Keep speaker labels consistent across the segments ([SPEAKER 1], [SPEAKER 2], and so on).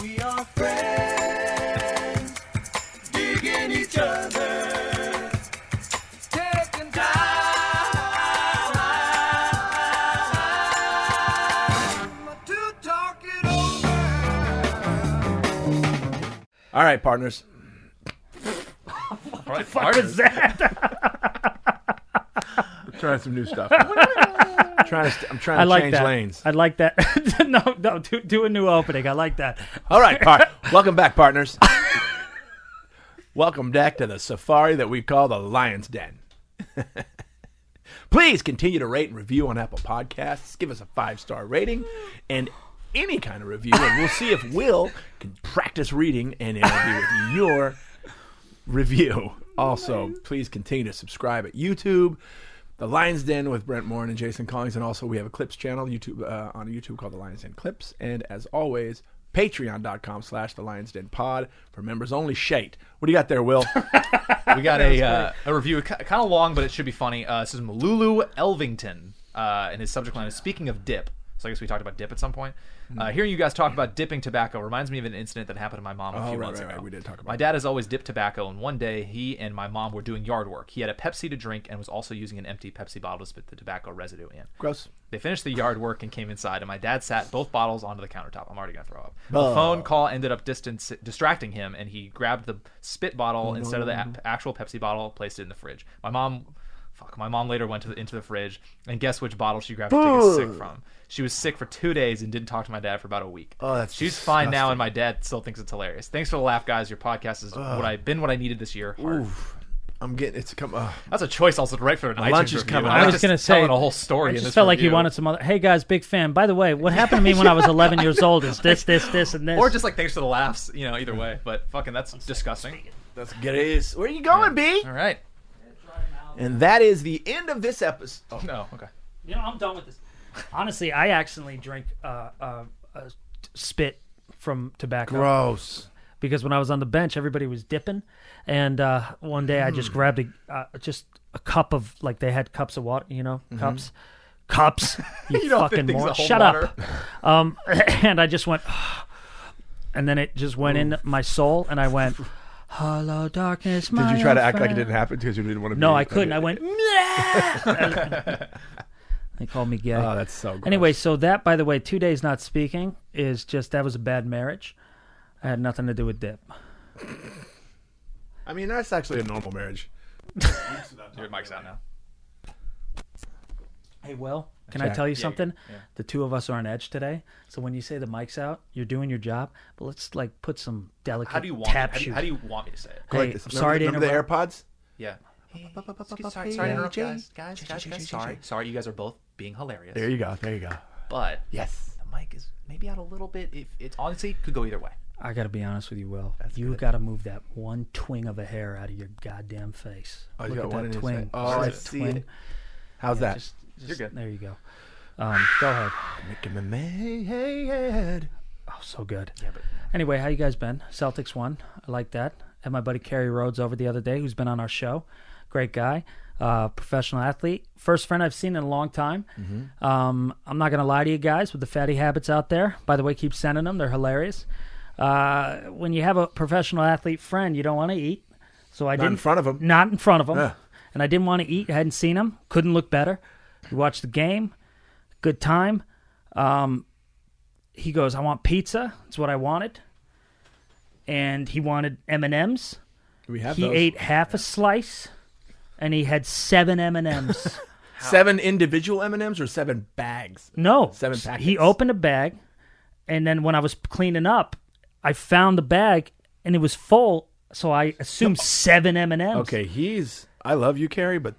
[SPEAKER 1] We are friends, digging each other, taking time to talk it over.
[SPEAKER 2] All right, partners.
[SPEAKER 3] What the fuck is that?
[SPEAKER 2] Trying some new stuff. trying to st- I'm trying to
[SPEAKER 3] I like
[SPEAKER 2] change
[SPEAKER 3] that.
[SPEAKER 2] lanes.
[SPEAKER 3] I like that. no, no, do, do a new opening. I like that.
[SPEAKER 2] All right, par- welcome back, partners. welcome back to the safari that we call the Lion's Den. Please continue to rate and review on Apple Podcasts. Give us a five star rating and any kind of review, and we'll see if Will can practice reading and interview with your review. Also, please continue to subscribe at YouTube, The Lions Den with Brent Morin and Jason Collings, and also we have a Clips channel YouTube uh, on YouTube called The Lions Den Clips. And as always, patreon.com slash The Lions Den Pod for members only. Shate. What do you got there, Will? Oh,
[SPEAKER 4] We got a uh, a review, kind of long, but it should be funny. Uh, this is Malulu Elvington, uh, and his subject line is "Speaking of dip." So I guess we talked about dip at some point. Uh,
[SPEAKER 2] Hmm.
[SPEAKER 4] hearing you guys talk about dipping tobacco reminds me of an incident that happened to my mom a few
[SPEAKER 2] Oh, right,
[SPEAKER 4] months
[SPEAKER 2] right,
[SPEAKER 4] ago.
[SPEAKER 2] right. We did talk about
[SPEAKER 4] my dad has always dipped tobacco, and one day he and my mom were doing yard work. He had a Pepsi to drink and was also using an empty Pepsi bottle to spit the tobacco residue in.
[SPEAKER 2] Gross.
[SPEAKER 4] They finished the yard work and came inside, and my dad sat both bottles onto the countertop. I'm already gonna throw up. The phone call ended up distance distracting him, and he grabbed the spit bottle instead of the a- actual Pepsi bottle, placed it in the fridge. My mom, fuck, my mom later went to the, into the fridge, and guess which bottle she grabbed to take a sick from. She was sick for two days and didn't talk to my dad for about a week.
[SPEAKER 2] Oh, that's
[SPEAKER 4] she's fine now, and my dad still thinks it's hilarious. Thanks for the laugh, guys. Your podcast is what I've been what I needed this year. Hard.
[SPEAKER 2] I'm getting it's come. Uh,
[SPEAKER 4] That's a choice also to write for an iTunes
[SPEAKER 2] lunch is
[SPEAKER 4] review.
[SPEAKER 2] coming
[SPEAKER 4] I'm
[SPEAKER 2] up.
[SPEAKER 4] not
[SPEAKER 2] I was
[SPEAKER 4] just
[SPEAKER 3] gonna say,
[SPEAKER 4] telling a whole
[SPEAKER 3] I
[SPEAKER 4] story. in
[SPEAKER 3] just
[SPEAKER 4] this
[SPEAKER 3] felt like he
[SPEAKER 4] review.
[SPEAKER 3] wanted some other. Hey guys, big fan. By the way, what happened to me when I was 11 years old is this, this, this, and this.
[SPEAKER 4] or just like thanks for the laughs, you know, either way. But fucking, that's disgusting.
[SPEAKER 2] let's get it. Where you going, B?
[SPEAKER 4] All right.
[SPEAKER 2] And that is the end of this episode. Oh,
[SPEAKER 4] No, okay.
[SPEAKER 3] You know, I'm done with this. Honestly, I accidentally drink uh, uh, uh, spit from tobacco
[SPEAKER 2] gross.
[SPEAKER 3] because when I was on the bench, everybody was dipping, and uh, one day I
[SPEAKER 2] Hmm.
[SPEAKER 3] just grabbed a uh, just a cup of like they had cups of water, you know,
[SPEAKER 2] Mm-hmm.
[SPEAKER 3] cups, cups. You,
[SPEAKER 4] don't think
[SPEAKER 3] fucking
[SPEAKER 4] things
[SPEAKER 3] moron!
[SPEAKER 4] that hold
[SPEAKER 3] Shut
[SPEAKER 4] water?
[SPEAKER 3] up. Um, and I just went, and then it just went in my soul, and I went, "Hello, darkness." My
[SPEAKER 2] Did you try to
[SPEAKER 3] old
[SPEAKER 2] act like it
[SPEAKER 3] friend."
[SPEAKER 2] didn't happen because you didn't want to?
[SPEAKER 3] No,
[SPEAKER 2] be,
[SPEAKER 3] I couldn't. I went. "Meh." they called me gay.
[SPEAKER 2] Oh, that's so. Gross.
[SPEAKER 3] Anyway, so that, by the way, two days not speaking is just that was a bad marriage. I had nothing to do with dip.
[SPEAKER 2] I mean that's actually a normal marriage.
[SPEAKER 4] Your mic's out now.
[SPEAKER 3] Hey, Will, can I
[SPEAKER 2] Jack.
[SPEAKER 3] tell you something? The two of us are on edge today, so when you say the mic's out, you're doing your job. But let's like put some delicate
[SPEAKER 4] How do you want?
[SPEAKER 3] tap
[SPEAKER 4] how, do you,
[SPEAKER 3] shoot.
[SPEAKER 4] how do you want me to say it?
[SPEAKER 3] Hey,
[SPEAKER 2] Like
[SPEAKER 3] I'm
[SPEAKER 2] this.
[SPEAKER 3] sorry to
[SPEAKER 2] remember,
[SPEAKER 3] interrupt.
[SPEAKER 2] remember the AirPods.
[SPEAKER 4] Yeah. Sorry,
[SPEAKER 2] Hey,
[SPEAKER 4] sorry to interrupt,
[SPEAKER 2] Jay.
[SPEAKER 4] guys. Guys, guys, guys, sorry. Sorry, you guys are both being hilarious.
[SPEAKER 2] There you go. There you go.
[SPEAKER 4] But
[SPEAKER 2] Yes.
[SPEAKER 4] the mic is maybe out a little bit. If it's honestly could go either way.
[SPEAKER 3] I gotta be honest with you, Will. you gotta move that one twing of a hair out of your goddamn face.
[SPEAKER 2] Oh, you got
[SPEAKER 3] Look at
[SPEAKER 2] one
[SPEAKER 3] that
[SPEAKER 2] in his
[SPEAKER 3] twing.
[SPEAKER 2] face. Oh,
[SPEAKER 3] Look
[SPEAKER 2] I
[SPEAKER 3] at that
[SPEAKER 2] see
[SPEAKER 3] twing.
[SPEAKER 2] it. How's that?
[SPEAKER 3] Just, just,
[SPEAKER 4] You're good.
[SPEAKER 3] There you go. Um, go ahead.
[SPEAKER 2] Making my ma- head.
[SPEAKER 3] Oh, so good.
[SPEAKER 4] Yeah, but
[SPEAKER 3] Anyway, how you guys been? Celtics won. I like that. Had my buddy Kerry Rhodes over the other day, who's been on our show. Great guy, uh, professional athlete. First friend I've seen in a long time.
[SPEAKER 2] Mm-hmm.
[SPEAKER 3] Um, I'm not gonna lie to you guys with the fatty habits out there. By the way, keep sending them. They're hilarious. Uh, when you have a professional athlete friend, you don't want to eat. So I
[SPEAKER 2] Not
[SPEAKER 3] didn't
[SPEAKER 2] in front of him.
[SPEAKER 3] Not in front of him.
[SPEAKER 2] Yeah.
[SPEAKER 3] And I didn't want to eat. I hadn't seen him. Couldn't look better. We watched the game. Good time. Um, he goes, I want pizza. It's what I wanted. And he wanted M and M's.
[SPEAKER 2] We have
[SPEAKER 3] He
[SPEAKER 2] those.
[SPEAKER 3] ate half a slice, and he had seven M and M's.
[SPEAKER 2] seven individual M and M's or seven bags.
[SPEAKER 3] No,
[SPEAKER 2] Seven
[SPEAKER 3] S-
[SPEAKER 2] packets.
[SPEAKER 3] He opened a bag, and then when I was cleaning up, I found the bag, and it was full. So I assumed seven M and M's.
[SPEAKER 2] Okay, he's. I love you, Carrie, but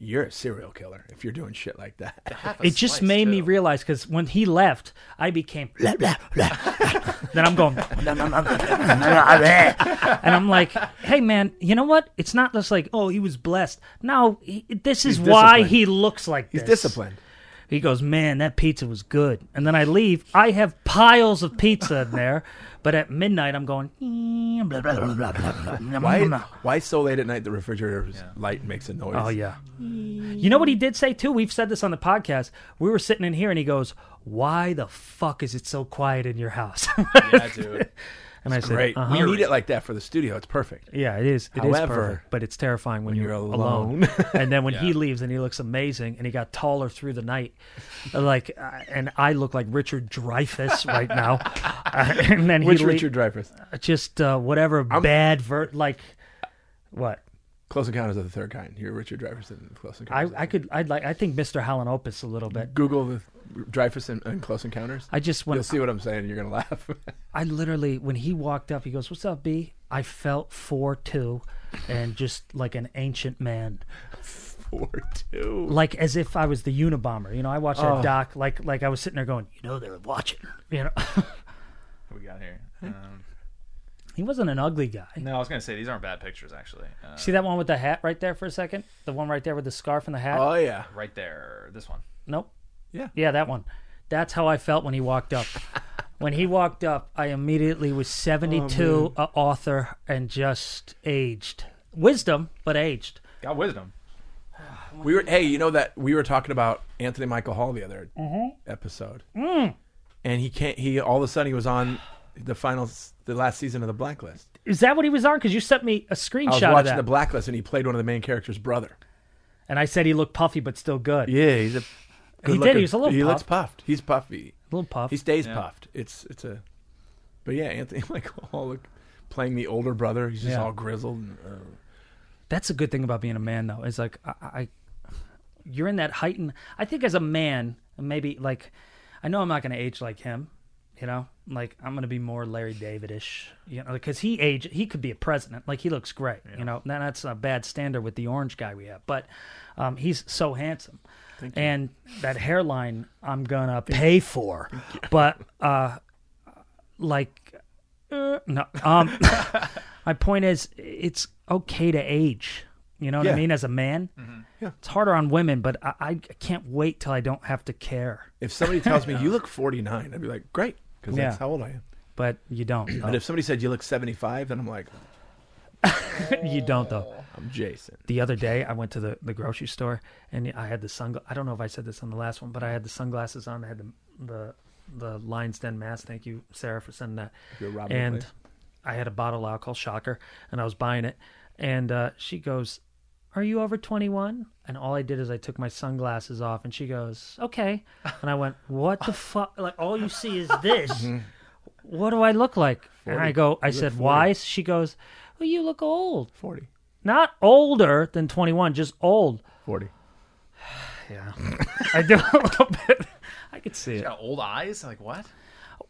[SPEAKER 2] you're a serial killer if you're doing shit like that.
[SPEAKER 4] half a
[SPEAKER 3] It just
[SPEAKER 4] slice,
[SPEAKER 3] made me
[SPEAKER 4] too.
[SPEAKER 3] realize because when he left, I became blah, blah, blah. then I'm going, and I'm like, hey man, you know what? It's not just like oh he was blessed. No, he, this is
[SPEAKER 2] He's
[SPEAKER 3] why
[SPEAKER 2] disciplined.
[SPEAKER 3] he looks like
[SPEAKER 2] He's
[SPEAKER 3] this.
[SPEAKER 2] disciplined.
[SPEAKER 3] He goes, man, that pizza was good. And then I leave. I have piles of pizza in there, but at midnight I'm going. "Mm, Blah, blah, blah, blah, blah, blah,
[SPEAKER 2] Why?
[SPEAKER 3] blah."
[SPEAKER 2] Why so late at night? The refrigerator's light makes a noise.
[SPEAKER 3] Oh yeah. You know what he did say too? We've said this on the podcast. We were sitting in here and he goes, why the fuck is it so quiet in your house?
[SPEAKER 4] Yeah, dude.
[SPEAKER 3] and I said,
[SPEAKER 2] Great.
[SPEAKER 3] "Uh-huh."
[SPEAKER 2] We need it like that for the studio. It's perfect.
[SPEAKER 3] Yeah, it is. It is
[SPEAKER 2] However,
[SPEAKER 3] perfect, but it's terrifying when,
[SPEAKER 2] you're
[SPEAKER 3] you're, alone.
[SPEAKER 2] alone.
[SPEAKER 3] and then when he
[SPEAKER 4] Yeah.
[SPEAKER 3] leaves, and he looks amazing, and he got taller through the night, like, uh, and I look like Richard Dreyfus right now. Uh, and then
[SPEAKER 2] Which
[SPEAKER 3] he le-
[SPEAKER 2] Richard Dreyfuss?
[SPEAKER 3] just uh, whatever bad ver- like what
[SPEAKER 2] Close Encounters of the Third Kind. You're Richard Dreyfuss in Close
[SPEAKER 3] I
[SPEAKER 2] Encounters.
[SPEAKER 3] I could I'd like I think Mr. Helen Opus a little bit.
[SPEAKER 2] Google the Dreyfuss and, and Close Encounters.
[SPEAKER 3] I just
[SPEAKER 2] You'll
[SPEAKER 3] when
[SPEAKER 2] see what I'm saying. You're gonna laugh.
[SPEAKER 3] I literally when he walked up, he goes, "What's up, B?" I felt four two, and just like an ancient man.
[SPEAKER 2] Four two.
[SPEAKER 3] like as if I was the Unabomber. You know, I watched
[SPEAKER 2] Oh.
[SPEAKER 3] that doc like like I was sitting there going, you know, they're watching. You know,
[SPEAKER 4] What we got here? Um,
[SPEAKER 3] he wasn't an ugly guy.
[SPEAKER 4] no, I was gonna say these aren't bad pictures actually. Uh,
[SPEAKER 3] See that one with the hat right there for a second? The one right there with the scarf and the hat?
[SPEAKER 2] Oh yeah.
[SPEAKER 4] right there, this one.
[SPEAKER 3] nope.
[SPEAKER 2] Yeah.
[SPEAKER 3] Yeah, that one. That's how I felt when he walked up. when he walked up, I immediately was 72,
[SPEAKER 2] Oh,
[SPEAKER 3] a author, and just aged. Wisdom, but aged.
[SPEAKER 4] Got wisdom.
[SPEAKER 2] We were hey, you know that we were talking about Anthony Michael Hall the other
[SPEAKER 3] Mm-hmm.
[SPEAKER 2] episode,
[SPEAKER 3] Mm.
[SPEAKER 2] and he can't. He all of a sudden he was on the final, the last season of the Blacklist.
[SPEAKER 3] Is that what he was on? Because you sent me a
[SPEAKER 2] I was
[SPEAKER 3] screenshot of
[SPEAKER 2] watching
[SPEAKER 3] that,
[SPEAKER 2] the Blacklist, and he played one of the main characters' brother.
[SPEAKER 3] and I said he looked puffy but still good.
[SPEAKER 2] Yeah, he's a.
[SPEAKER 3] He did, he was a little
[SPEAKER 2] He looks puffed. He's puffy.
[SPEAKER 3] A little puff.
[SPEAKER 2] He stays
[SPEAKER 4] Yeah.
[SPEAKER 2] puffed. It's it's a. But yeah, Anthony Michael Hall look, playing the older brother. He's just
[SPEAKER 3] Yeah.
[SPEAKER 2] all grizzled. And, uh,
[SPEAKER 3] that's a good thing about being a man though is like I, I you're in that heightened i think as a man maybe like i know i'm not going to age like him you know like i'm going to be more larry david-ish you know because he age he could be a president like he looks great you know now that's a bad standard with the orange guy we have but um, he's so handsome and that hairline i'm going to pay for but uh like uh, no um my point is it's okay to age you know what
[SPEAKER 2] Yeah.
[SPEAKER 3] i mean as a man it's harder on women but I, I can't wait till i don't have to care
[SPEAKER 2] if somebody tells me you look forty nine, I'd be like, great, because that's
[SPEAKER 3] Yeah.
[SPEAKER 2] how old I am.
[SPEAKER 3] but you don't
[SPEAKER 2] But
[SPEAKER 3] though.
[SPEAKER 2] if somebody said you look seventy five, then I'm like,
[SPEAKER 3] you don't though
[SPEAKER 2] I'm Jason.
[SPEAKER 3] the other day i went to the, the grocery store and i had the sunglasses i don't know if i said this on the last one but i had the sunglasses on i had the the, the lion's den mask thank you sarah for sending that
[SPEAKER 2] You're robbing the
[SPEAKER 3] and
[SPEAKER 2] place.
[SPEAKER 3] i had a bottle of alcohol shocker and i was buying it and uh, she goes are you over 21 and all i did is i took my sunglasses off and she goes okay and i went what the fuck like all you see is this what do i look like and i go i said why she goes well you look old
[SPEAKER 2] 40.
[SPEAKER 3] not older than 21, just old.
[SPEAKER 2] 40.
[SPEAKER 3] Yeah. I do a little bit. I could see it.
[SPEAKER 4] Got old eyes. Like what?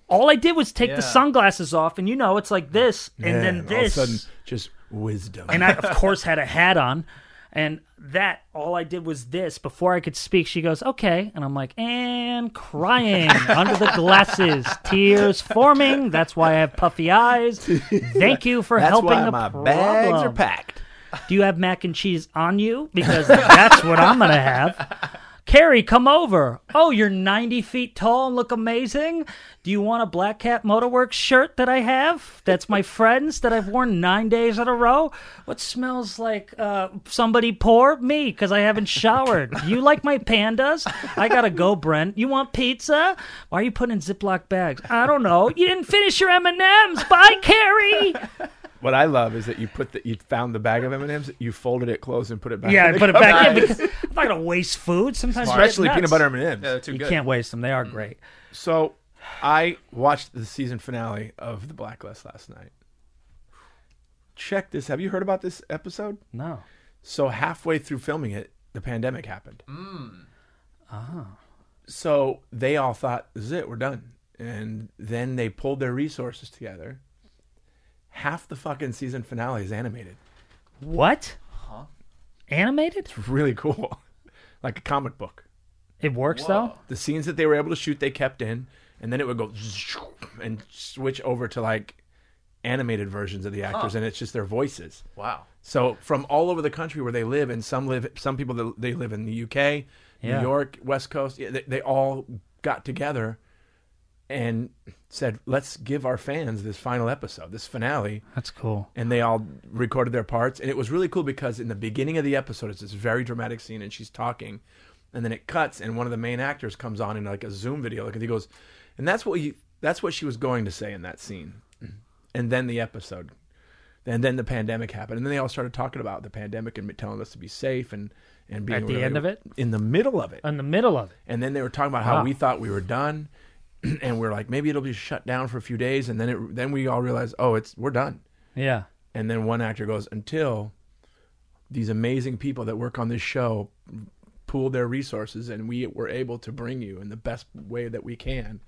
[SPEAKER 3] All I did was take
[SPEAKER 4] Yeah.
[SPEAKER 3] the sunglasses off, and you know, it's like this, and then
[SPEAKER 2] all of a
[SPEAKER 3] this.
[SPEAKER 2] sudden, just wisdom.
[SPEAKER 3] and I, of course, had a hat on. And that, all I did was this. Before I could speak, she goes, okay. And I'm like, and crying under the glasses, tears forming. That's why I have puffy eyes. Thank you for
[SPEAKER 2] That's
[SPEAKER 3] helping
[SPEAKER 2] why
[SPEAKER 3] the
[SPEAKER 2] my
[SPEAKER 3] problem.
[SPEAKER 2] bags are packed.
[SPEAKER 3] Do you have mac and cheese on you? Because that's what I'm going to have. Carrie, come over. Oh, you're 90 feet tall and look amazing. Do you want a Black Cat Motorworks shirt that I have? That's my friend's that I've worn nine days in a row. What smells like uh, somebody poor? Me, because I haven't showered. You like my pandas? I gotta go, Brent. You want pizza? Why are you putting in Ziploc bags? I don't know. You didn't finish your M and M's. Bye, Carrie.
[SPEAKER 2] What I love is that you put the, you found the bag of M&Ms, you folded it closed and put it back.
[SPEAKER 3] Yeah,
[SPEAKER 2] in the
[SPEAKER 3] put it back in
[SPEAKER 4] Nice.
[SPEAKER 3] because I'm not gonna waste food. Sometimes
[SPEAKER 2] cupboard. Especially
[SPEAKER 3] you get
[SPEAKER 2] peanut
[SPEAKER 3] nuts.
[SPEAKER 2] butter M&Ms.
[SPEAKER 4] Yeah, they're too
[SPEAKER 3] You
[SPEAKER 4] good.
[SPEAKER 3] can't waste them. They are great.
[SPEAKER 2] So I watched the season finale of The Blacklist last night. Check this. Have you heard about this episode?
[SPEAKER 3] No,
[SPEAKER 2] So halfway through filming it, the pandemic happened. Mm. Oh. So they all thought, this is it, we're done. And then they pulled their resources together. Half the fucking season finale is animated.
[SPEAKER 3] what? Animated?
[SPEAKER 2] Really cool. like a comic book.
[SPEAKER 3] It works though.
[SPEAKER 2] The scenes that they were able to shoot, they kept in, and then it would go and switch over to like animated versions of the actors, and it's just their voices.
[SPEAKER 4] Wow.
[SPEAKER 2] So from all over the country where they live, and some live, some people that they live in the UK,
[SPEAKER 3] Yeah.
[SPEAKER 2] New York, West Coast. yeah, They, they all got together and said, "Let's give our fans this final episode, this finale."
[SPEAKER 3] That's cool.
[SPEAKER 2] And they all recorded their parts, and it was really cool because in the beginning of the episode, it's this very dramatic scene, and she's talking, and then it cuts, and one of the main actors comes on in like a Zoom video, like and he goes, and that's what you, that's what she was going to say in that scene, and then the episode, and then the pandemic happened, and then they all started talking about the pandemic and telling us to be safe and and being
[SPEAKER 3] At the
[SPEAKER 2] really-
[SPEAKER 3] end of it?
[SPEAKER 2] in the middle of it,
[SPEAKER 3] in the middle of it.
[SPEAKER 2] and then they were talking about how
[SPEAKER 3] Wow.
[SPEAKER 2] we thought we were done, and we're like maybe it'll be shut down for a few days, and then it then we all realized oh it's we're done,
[SPEAKER 3] Yeah.
[SPEAKER 2] and then one actor goes until these amazing people that work on this show pooled their resources and we were able to bring you in the best way that we can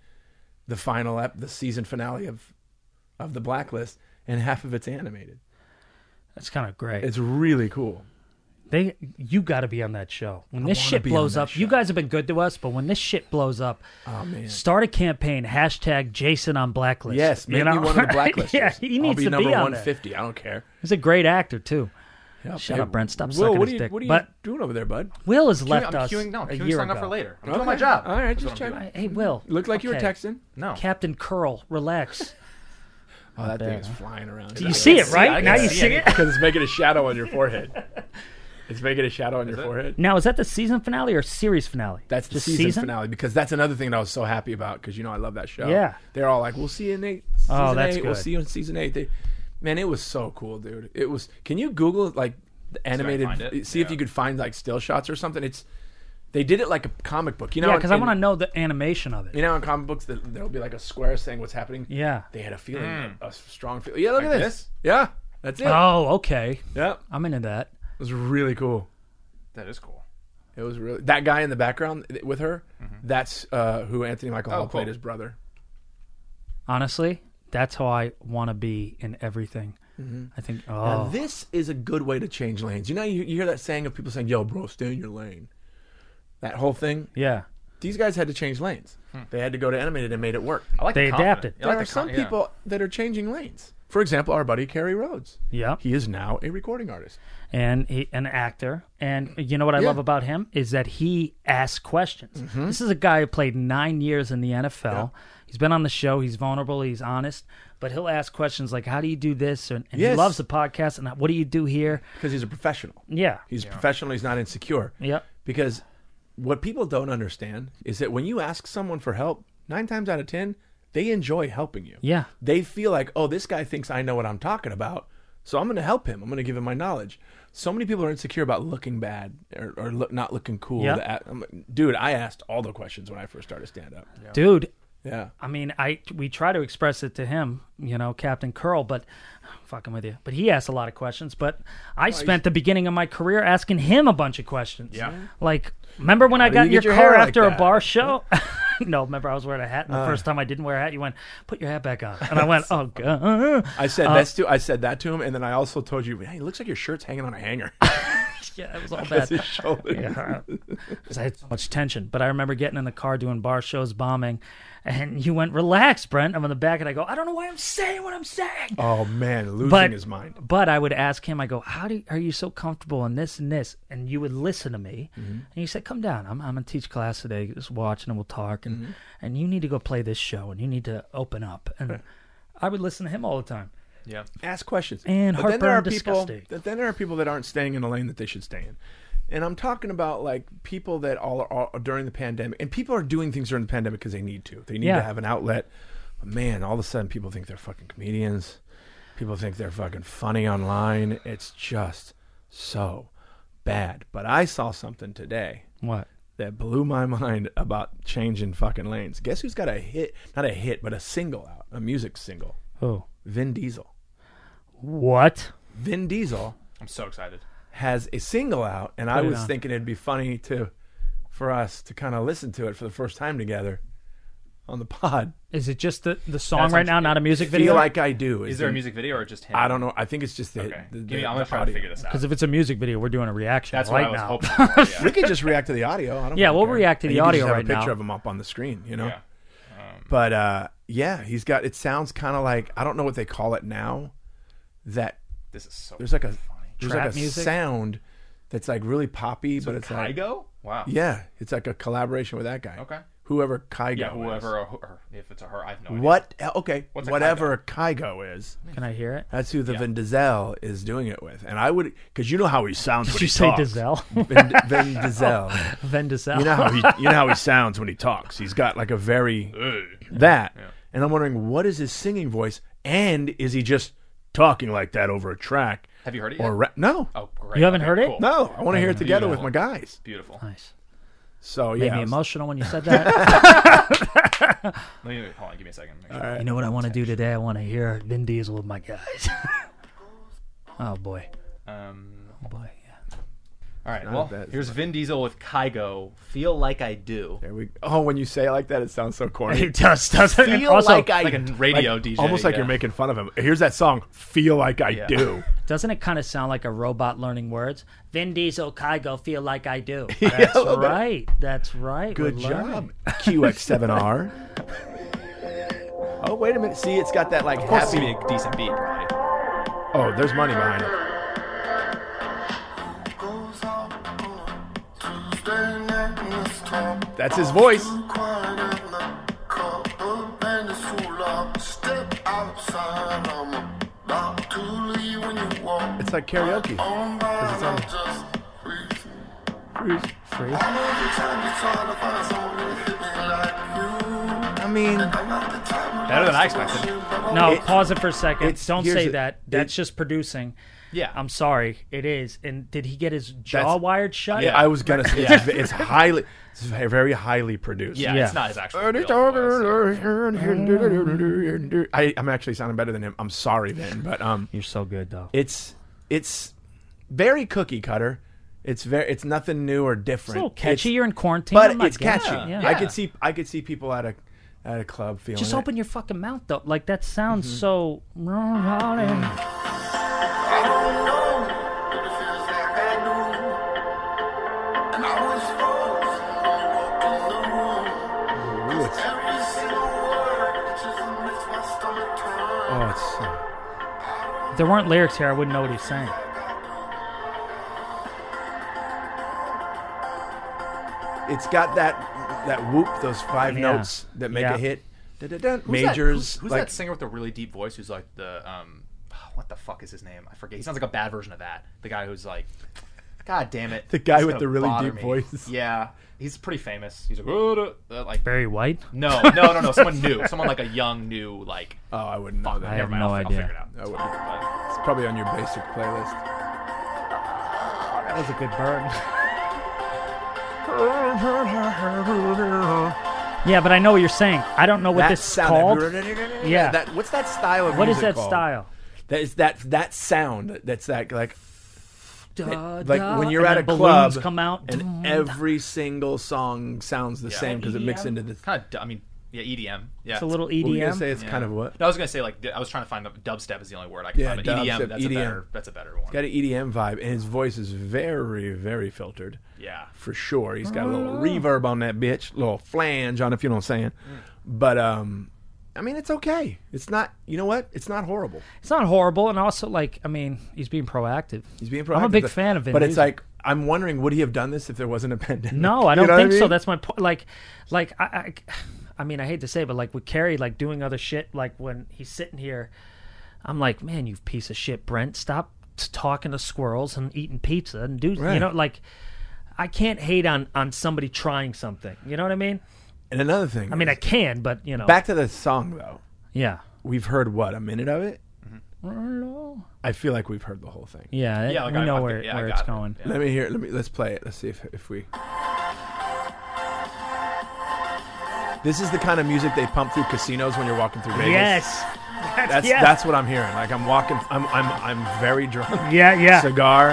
[SPEAKER 2] the final ep- the season finale of of the blacklist and half of it's animated
[SPEAKER 3] That's kind of great.
[SPEAKER 2] it's really cool
[SPEAKER 3] they you got to be on that show. When this
[SPEAKER 2] wanna
[SPEAKER 3] shit
[SPEAKER 2] be on
[SPEAKER 3] blows
[SPEAKER 2] that
[SPEAKER 3] up, you
[SPEAKER 2] show.
[SPEAKER 3] guys have been good to us, but when this shit blows up,
[SPEAKER 2] oh man
[SPEAKER 3] start a campaign hashtag Jason on blacklist.
[SPEAKER 2] yes
[SPEAKER 3] You
[SPEAKER 2] make me
[SPEAKER 3] know?
[SPEAKER 2] one of the blacklists
[SPEAKER 3] yeah, he
[SPEAKER 2] I'll
[SPEAKER 3] needs
[SPEAKER 2] be
[SPEAKER 3] to
[SPEAKER 2] number
[SPEAKER 3] be on there.
[SPEAKER 2] 150 i don't care
[SPEAKER 3] He's a great actor too.
[SPEAKER 2] Yeah,
[SPEAKER 3] Shut
[SPEAKER 2] hey,
[SPEAKER 3] up, Brent. Stop
[SPEAKER 2] Will,
[SPEAKER 3] sucking
[SPEAKER 2] what are
[SPEAKER 3] his
[SPEAKER 2] you,
[SPEAKER 3] dick.
[SPEAKER 2] What are you
[SPEAKER 3] But-
[SPEAKER 2] doing over there, bud?
[SPEAKER 3] Will has
[SPEAKER 4] Queuing-
[SPEAKER 3] left
[SPEAKER 4] I'm
[SPEAKER 3] us
[SPEAKER 4] queuing, no, I'm
[SPEAKER 3] a
[SPEAKER 4] queuing
[SPEAKER 3] year
[SPEAKER 4] something up
[SPEAKER 3] ago.
[SPEAKER 4] for later. I'm
[SPEAKER 2] Okay.
[SPEAKER 4] doing my job.
[SPEAKER 2] All right,
[SPEAKER 4] That's
[SPEAKER 2] just
[SPEAKER 4] what I'm
[SPEAKER 2] checking.
[SPEAKER 3] Hey, Will.
[SPEAKER 2] Looked like you were
[SPEAKER 3] okay.
[SPEAKER 2] texting.
[SPEAKER 4] No.
[SPEAKER 3] Captain Curl, relax.
[SPEAKER 2] Oh, that thing
[SPEAKER 3] there,
[SPEAKER 2] is
[SPEAKER 3] huh?
[SPEAKER 2] flying around.
[SPEAKER 3] You see it,
[SPEAKER 4] I
[SPEAKER 3] right?
[SPEAKER 4] can
[SPEAKER 3] Now you
[SPEAKER 4] see
[SPEAKER 3] see
[SPEAKER 4] it.
[SPEAKER 3] it.
[SPEAKER 2] because it's making a shadow on your forehead. It's making a shadow on your
[SPEAKER 4] it?
[SPEAKER 2] forehead.
[SPEAKER 3] Now is that the season finale or series finale?
[SPEAKER 2] That's the
[SPEAKER 3] Just
[SPEAKER 2] season, finale because that's another thing that I was so happy about because you know I love that show.
[SPEAKER 3] Yeah.
[SPEAKER 2] they're all like, "We'll see you in eight.
[SPEAKER 3] Oh,
[SPEAKER 2] season
[SPEAKER 3] that's
[SPEAKER 2] eight. We'll
[SPEAKER 3] good.
[SPEAKER 2] see you in season eight. They, man, it was so cool, dude. It was. Can you Google like the animated?
[SPEAKER 4] find it?
[SPEAKER 2] See if
[SPEAKER 4] Yeah.
[SPEAKER 2] you could find like still shots or something. It's they did it like a comic book, you know.
[SPEAKER 3] Yeah, because I
[SPEAKER 2] in-
[SPEAKER 3] want to know the animation of
[SPEAKER 2] You
[SPEAKER 3] it.
[SPEAKER 2] know, in comic books, that there'll be like a square saying what's happening.
[SPEAKER 3] Yeah.
[SPEAKER 2] they had a feeling, a, a strong feeling. Yeah, look
[SPEAKER 4] Hmm. Like
[SPEAKER 2] at this.
[SPEAKER 4] this?
[SPEAKER 2] Yeah, that's it.
[SPEAKER 3] Oh, okay.
[SPEAKER 2] Yeah, it
[SPEAKER 3] I'm into that.
[SPEAKER 2] was really cool.
[SPEAKER 4] That is cool.
[SPEAKER 2] It was really that guy in the background th- with her. That's uh, who Anthony Michael Hall
[SPEAKER 4] cool.
[SPEAKER 2] played his brother.
[SPEAKER 3] Honestly, that's how I want to be in everything. I think.
[SPEAKER 2] Mm-hmm. Now,
[SPEAKER 3] Oh,
[SPEAKER 2] this is a good way to change lanes. You know, you, you hear that saying of people saying, "Yo, bro, stay in your lane." That whole thing.
[SPEAKER 3] yeah.
[SPEAKER 2] These guys had to change lanes. They had to go to animated and made it work.
[SPEAKER 4] I like
[SPEAKER 3] They
[SPEAKER 4] the continent.
[SPEAKER 3] adapted.
[SPEAKER 4] I
[SPEAKER 2] Hmm. There
[SPEAKER 4] like
[SPEAKER 2] are
[SPEAKER 4] the
[SPEAKER 2] some
[SPEAKER 4] con- yeah.
[SPEAKER 2] people that are changing lanes. For example, our buddy Kerry Rhodes.
[SPEAKER 3] Yeah.
[SPEAKER 2] He is now a recording artist.
[SPEAKER 3] and he, an actor. And you know what I
[SPEAKER 2] Yeah. Mm-hmm.
[SPEAKER 3] love about him is that he asks questions. This is a guy who played nine years in the NFL. He's been on the show. He's vulnerable. He's honest, but he'll ask questions like, "How do you do this?" And, and he
[SPEAKER 2] Yes.
[SPEAKER 3] loves the podcast. And what do you do here?
[SPEAKER 2] because he's a professional.
[SPEAKER 3] Yeah,
[SPEAKER 2] He's professional. He's not insecure.
[SPEAKER 3] Yep.
[SPEAKER 2] Because what people don't understand is that when you ask someone for help, nine times out of ten, they enjoy helping you.
[SPEAKER 3] Yeah.
[SPEAKER 2] They feel like, oh, this guy thinks I know what I'm talking about, so I'm going to help him. I'm going to give him my knowledge. So many people are insecure about looking bad or, or look, not looking cool.
[SPEAKER 3] Yeah.
[SPEAKER 2] The a- I'm like, Dude, I asked all the questions when I first started stand up.
[SPEAKER 3] dude.
[SPEAKER 2] Yeah.
[SPEAKER 3] I mean, I we try to express it to him, you know, Captain Curl, but fucking with you. But he asked a lot of questions. But I spent the beginning of my career asking him a bunch of questions.
[SPEAKER 4] Yeah.
[SPEAKER 3] Like, remember when I
[SPEAKER 2] do
[SPEAKER 3] got
[SPEAKER 2] you
[SPEAKER 3] in your
[SPEAKER 2] get your
[SPEAKER 3] car
[SPEAKER 2] hair like
[SPEAKER 3] after a
[SPEAKER 2] that? Uh.
[SPEAKER 3] bar show? no, remember I was wearing a hat, and the first time I didn't wear a hat, you went, "Put your hat back on," and I went, "Oh god."
[SPEAKER 2] I said that's to I said that to him, and then I also told you, hey, it looks like your shirt's hanging on a hanger.
[SPEAKER 3] Yeah, it was all
[SPEAKER 2] That's
[SPEAKER 3] bad.
[SPEAKER 2] his shoulder.
[SPEAKER 3] Yeah. 'Cause I had so much tension. But I remember getting in the car doing bar shows, bombing, and you went, "Relax, Brent." I'm in the back, and I go, "I don't know why I'm saying what I'm saying."
[SPEAKER 2] Oh man, losing
[SPEAKER 3] but
[SPEAKER 2] his mind.
[SPEAKER 3] But I would ask him, I go, How do are you so comfortable in this and this? And you would listen to me
[SPEAKER 2] Mm-hmm.
[SPEAKER 3] and you said, Come down, I'm I'm gonna teach class today, just watch and we'll talk and
[SPEAKER 2] Mm-hmm.
[SPEAKER 3] and you need to go play this show and you need to open up. And I would listen to him all the time.
[SPEAKER 4] Yeah.
[SPEAKER 2] ask questions.
[SPEAKER 3] And
[SPEAKER 2] but then there
[SPEAKER 3] heartburn
[SPEAKER 2] are people,
[SPEAKER 3] disgusting.
[SPEAKER 2] that then there are people that aren't staying in the lane that they should stay in. And I'm talking about like people that all are all, during the pandemic, and people are doing things during the pandemic because they need to. They need
[SPEAKER 3] Yeah.
[SPEAKER 2] to have an outlet. But man, all of a sudden, people think they're fucking comedians. People think they're fucking funny online. It's just so bad. But I saw something today
[SPEAKER 3] What?
[SPEAKER 2] that blew my mind about changing fucking lanes. Guess who's got a hit? Not a hit, but a single out, a music single.
[SPEAKER 3] Who?
[SPEAKER 2] Vin Diesel.
[SPEAKER 3] What?
[SPEAKER 2] Vin Diesel
[SPEAKER 4] I'm so excited.
[SPEAKER 2] has a single out, and I
[SPEAKER 3] it
[SPEAKER 2] was
[SPEAKER 3] on.
[SPEAKER 2] thinking it'd be funny to for us to kind of listen to it for the first time together on the pod.
[SPEAKER 3] Is it just the, the song
[SPEAKER 4] That's
[SPEAKER 3] right
[SPEAKER 4] what-
[SPEAKER 3] now, not a music
[SPEAKER 2] Feel
[SPEAKER 3] video?
[SPEAKER 2] like I do.
[SPEAKER 4] Is there a
[SPEAKER 2] the-
[SPEAKER 4] music video or just him?
[SPEAKER 2] I don't know. I think it's just the.
[SPEAKER 4] Okay.
[SPEAKER 2] the-
[SPEAKER 4] Give me,
[SPEAKER 2] the
[SPEAKER 4] I'm gonna try to
[SPEAKER 2] audio.
[SPEAKER 4] figure this out.
[SPEAKER 3] because if it's a music video, we're doing a reaction
[SPEAKER 4] That's
[SPEAKER 3] right
[SPEAKER 4] what I
[SPEAKER 3] now.
[SPEAKER 4] was hoping. For,
[SPEAKER 2] We
[SPEAKER 4] yeah.
[SPEAKER 2] can just react to the audio. I don't
[SPEAKER 3] Yeah,
[SPEAKER 2] really
[SPEAKER 3] we'll
[SPEAKER 2] care.
[SPEAKER 3] react to
[SPEAKER 2] And
[SPEAKER 3] the
[SPEAKER 2] you can
[SPEAKER 3] audio
[SPEAKER 2] just have
[SPEAKER 3] right
[SPEAKER 2] a picture
[SPEAKER 3] now.
[SPEAKER 2] of him up on the screen, you know.
[SPEAKER 4] yeah. Um,
[SPEAKER 2] But uh, yeah, he's got. It sounds kind of like I don't know what they call it now. That
[SPEAKER 4] This is so.
[SPEAKER 2] there's like a there's
[SPEAKER 3] Trap
[SPEAKER 2] like a
[SPEAKER 3] music?
[SPEAKER 2] sound that's like really poppy, but it's like
[SPEAKER 4] Kygo? Wow.
[SPEAKER 2] yeah, it's like a collaboration with that guy.
[SPEAKER 4] Okay.
[SPEAKER 2] whoever Kygo
[SPEAKER 4] Yeah,
[SPEAKER 2] is.
[SPEAKER 4] whoever or, or if it's a her, I have no idea.
[SPEAKER 2] What? Okay,
[SPEAKER 4] What's a
[SPEAKER 2] whatever Kygo is.
[SPEAKER 3] Can I hear it?
[SPEAKER 2] That's who the Vin Diesel is doing it with, and I would because you know how he sounds. when
[SPEAKER 3] Did
[SPEAKER 2] he
[SPEAKER 3] you say Oh.
[SPEAKER 2] talks.
[SPEAKER 3] Diesel?
[SPEAKER 2] Vin, Vin Diesel.
[SPEAKER 3] Vin Diesel.
[SPEAKER 2] You know how he you know how he sounds when he talks. He's got like a very that, and I'm wondering what is his singing voice, and is he just talking like that over a track?
[SPEAKER 4] Have you heard it
[SPEAKER 2] Or
[SPEAKER 4] yet?
[SPEAKER 2] ra- no,
[SPEAKER 4] Oh, great.
[SPEAKER 3] You haven't
[SPEAKER 4] Okay,
[SPEAKER 3] heard it?
[SPEAKER 4] cool.
[SPEAKER 2] no, I want to hear it together with my guys.
[SPEAKER 4] Beautiful.
[SPEAKER 3] nice.
[SPEAKER 2] So
[SPEAKER 3] Made
[SPEAKER 2] yeah,
[SPEAKER 3] me
[SPEAKER 2] I was-
[SPEAKER 3] emotional when you said that.
[SPEAKER 4] Let me, hold on, give me a second. Make sure.
[SPEAKER 3] you know what I want to do today? I want to hear Vin Diesel with my guys. oh boy, Oh,
[SPEAKER 4] Um,
[SPEAKER 3] boy. Yeah.
[SPEAKER 4] all right.
[SPEAKER 2] not
[SPEAKER 4] Well,
[SPEAKER 2] bad, it's
[SPEAKER 4] here's Vin Diesel with Kygo. Feel like I do.
[SPEAKER 2] there we. Oh, when you say it like that, it sounds so corny.
[SPEAKER 3] It does, doesn't it?
[SPEAKER 2] Feel
[SPEAKER 3] Also,
[SPEAKER 2] like I
[SPEAKER 4] Like a radio
[SPEAKER 2] like-
[SPEAKER 4] DJ.
[SPEAKER 2] almost like
[SPEAKER 4] yeah.
[SPEAKER 2] you're making fun of him. Here's that song, "Feel Like I
[SPEAKER 4] Yeah.
[SPEAKER 2] Do."
[SPEAKER 3] doesn't it kind of sound like a robot learning words? Vin Diesel, Kygo, feel like I do.
[SPEAKER 2] That's
[SPEAKER 3] That's right. That's right.
[SPEAKER 2] Good
[SPEAKER 3] We're learning.
[SPEAKER 2] job, QX7R. oh, wait a minute. See, it's got that like
[SPEAKER 4] Has to
[SPEAKER 2] happy.
[SPEAKER 4] be a decent beat, probably.
[SPEAKER 2] Oh, there's money behind it.
[SPEAKER 1] Goes on to stand in the storm.
[SPEAKER 2] That's his voice.
[SPEAKER 1] Quiet in the cupboard and it's too loud. Step outside, I'm about to leave when you walk.
[SPEAKER 2] It's like karaoke.
[SPEAKER 1] On
[SPEAKER 2] Does it
[SPEAKER 1] by,
[SPEAKER 2] sound-
[SPEAKER 1] I'm just freezing.
[SPEAKER 3] Free.
[SPEAKER 1] I know every time you try to find someone to hit me like you.
[SPEAKER 2] I mean,
[SPEAKER 1] I'm not the type of
[SPEAKER 4] Better than I
[SPEAKER 1] person to
[SPEAKER 4] expected.
[SPEAKER 1] shoot, but I'm
[SPEAKER 3] No,
[SPEAKER 2] It-
[SPEAKER 3] pause it for a second.
[SPEAKER 2] it's-
[SPEAKER 3] Don't
[SPEAKER 2] here's
[SPEAKER 3] say
[SPEAKER 2] the-
[SPEAKER 3] that. That's just producing.
[SPEAKER 4] Yeah.
[SPEAKER 3] I'm sorry. It is. And did he get his jaw
[SPEAKER 2] That's-
[SPEAKER 3] wired shut?
[SPEAKER 4] Yeah.
[SPEAKER 2] I was gonna say it's, it's highly, it's very highly produced.
[SPEAKER 4] yeah,
[SPEAKER 3] Yeah.
[SPEAKER 4] it's not his actual. real voice.
[SPEAKER 2] I, I'm actually sounding better than him. I'm sorry, Vin, but um,
[SPEAKER 3] You're so good, though.
[SPEAKER 2] it's it's very cookie cutter. It's very it's nothing new or
[SPEAKER 3] it's a
[SPEAKER 2] different.
[SPEAKER 3] little catchy. You're in quarantine.
[SPEAKER 2] but
[SPEAKER 3] I'm not
[SPEAKER 2] it's
[SPEAKER 3] getting
[SPEAKER 2] catchy.
[SPEAKER 3] it. Yeah.
[SPEAKER 2] I could see I could see people at a at a club feeling
[SPEAKER 3] Just
[SPEAKER 2] it. Mm-hmm.
[SPEAKER 3] open your fucking mouth, though. Like, that sounds so.
[SPEAKER 1] I don't know, but it feels like I do. And I was frozen when you walked in the room.
[SPEAKER 2] Ooh, it's-
[SPEAKER 1] Every single word it just makes my stomach turn.
[SPEAKER 2] Oh, it's so-
[SPEAKER 3] If there weren't lyrics here, I wouldn't know what he's saying.
[SPEAKER 2] it's got that that whoop, those five
[SPEAKER 3] Yeah.
[SPEAKER 2] notes that make
[SPEAKER 3] Yeah.
[SPEAKER 2] a hit. Dun-dun-dun.
[SPEAKER 4] Who's that-
[SPEAKER 2] Majors,
[SPEAKER 4] who's who's
[SPEAKER 2] like
[SPEAKER 4] that singer with the really deep voice? Who's like the um, what the fuck is his name? I forget. He sounds like a bad version of that. The guy who's like, God damn it.
[SPEAKER 2] The guy
[SPEAKER 4] it's
[SPEAKER 2] with the
[SPEAKER 4] gonna
[SPEAKER 2] really
[SPEAKER 4] bother
[SPEAKER 2] deep voice.
[SPEAKER 4] Yeah, he's pretty famous. He's like, "Uh, uh," like
[SPEAKER 3] Barry White?
[SPEAKER 4] no, no, no, no. Someone new, someone like a young new like.
[SPEAKER 2] Oh, I wouldn't know
[SPEAKER 4] Fuck,
[SPEAKER 2] that.
[SPEAKER 4] never
[SPEAKER 3] have
[SPEAKER 4] mind.
[SPEAKER 3] no
[SPEAKER 4] I'll,
[SPEAKER 3] idea.
[SPEAKER 4] I'll figure it out.
[SPEAKER 2] I
[SPEAKER 4] It's
[SPEAKER 2] would-
[SPEAKER 4] fine. But-
[SPEAKER 2] It's probably on your basic playlist.
[SPEAKER 3] That was a good bird. yeah, but I know what you're saying. I don't know what
[SPEAKER 2] that
[SPEAKER 3] this is
[SPEAKER 2] sound.
[SPEAKER 3] called. Yeah.
[SPEAKER 2] Yeah. That, what's that style of
[SPEAKER 3] What is
[SPEAKER 2] music
[SPEAKER 3] that
[SPEAKER 2] called?
[SPEAKER 3] style?
[SPEAKER 2] That is that that sound. That's that like
[SPEAKER 3] Da, da,
[SPEAKER 2] like when you're
[SPEAKER 3] and
[SPEAKER 2] at a
[SPEAKER 3] then
[SPEAKER 2] club.
[SPEAKER 3] balloons come out.
[SPEAKER 2] and every single song sounds the same because it mixes into this.
[SPEAKER 4] Kind of. I mean, yeah, EDM. Yeah.
[SPEAKER 3] It's a little E
[SPEAKER 2] Were you
[SPEAKER 3] EDM.
[SPEAKER 2] gonna say it's kind of what?
[SPEAKER 4] No, I was gonna say like I was trying to find the dubstep is the only word I can
[SPEAKER 2] Yeah,
[SPEAKER 4] find. But EDM,
[SPEAKER 2] dubstep, E
[SPEAKER 4] that's a
[SPEAKER 2] EDM.
[SPEAKER 4] better, that's a better one.
[SPEAKER 2] Got an EDM vibe, and his voice is very, very filtered.
[SPEAKER 4] Yeah.
[SPEAKER 2] for sure. He's got a little
[SPEAKER 3] Oh.
[SPEAKER 2] reverb on that bitch, little flange on, if you know what I'm saying. But um, I mean, it's okay. It's not. You know what? It's not horrible.
[SPEAKER 3] It's not horrible, and also like I mean, he's being proactive.
[SPEAKER 2] He's being
[SPEAKER 3] I'm a
[SPEAKER 2] proactive.
[SPEAKER 3] big fan of Vin
[SPEAKER 2] But it's
[SPEAKER 3] Diesel.
[SPEAKER 2] like I'm wondering, would he have done this if there wasn't a pandemic?
[SPEAKER 3] No, I
[SPEAKER 2] You
[SPEAKER 3] don't
[SPEAKER 2] know what
[SPEAKER 3] think so.
[SPEAKER 2] mean?
[SPEAKER 3] That's my point. Like, like I, I, I mean, I hate to say, it, but like with Carrie, like doing other shit, like when he's sitting here, I'm like, man, you piece of shit, Brent, stop t- talking to squirrels and eating pizza and do, you
[SPEAKER 2] Right.
[SPEAKER 3] know, like. I can't hate on on somebody trying something. You know what I mean?
[SPEAKER 2] And another thing.
[SPEAKER 3] I mean, I can, but you know,
[SPEAKER 2] back to the song though.
[SPEAKER 3] yeah,
[SPEAKER 2] We've heard what a minute of it. I feel like we've heard the whole thing.
[SPEAKER 3] yeah,
[SPEAKER 4] Yeah, like
[SPEAKER 3] we
[SPEAKER 4] I-
[SPEAKER 3] know
[SPEAKER 4] I-
[SPEAKER 3] where,
[SPEAKER 4] yeah, I
[SPEAKER 3] where
[SPEAKER 4] got
[SPEAKER 3] it's
[SPEAKER 4] it.
[SPEAKER 3] going.
[SPEAKER 4] Yeah.
[SPEAKER 2] Let me hear. Let me. Let's play it. Let's see if if we. This is the kind of music they pump through casinos when you're walking through Vegas.
[SPEAKER 3] Yes,
[SPEAKER 2] That's
[SPEAKER 3] yes.
[SPEAKER 2] that's what I'm hearing. Like I'm walking. I'm I'm I'm very drunk.
[SPEAKER 3] yeah, yeah.
[SPEAKER 2] Cigar,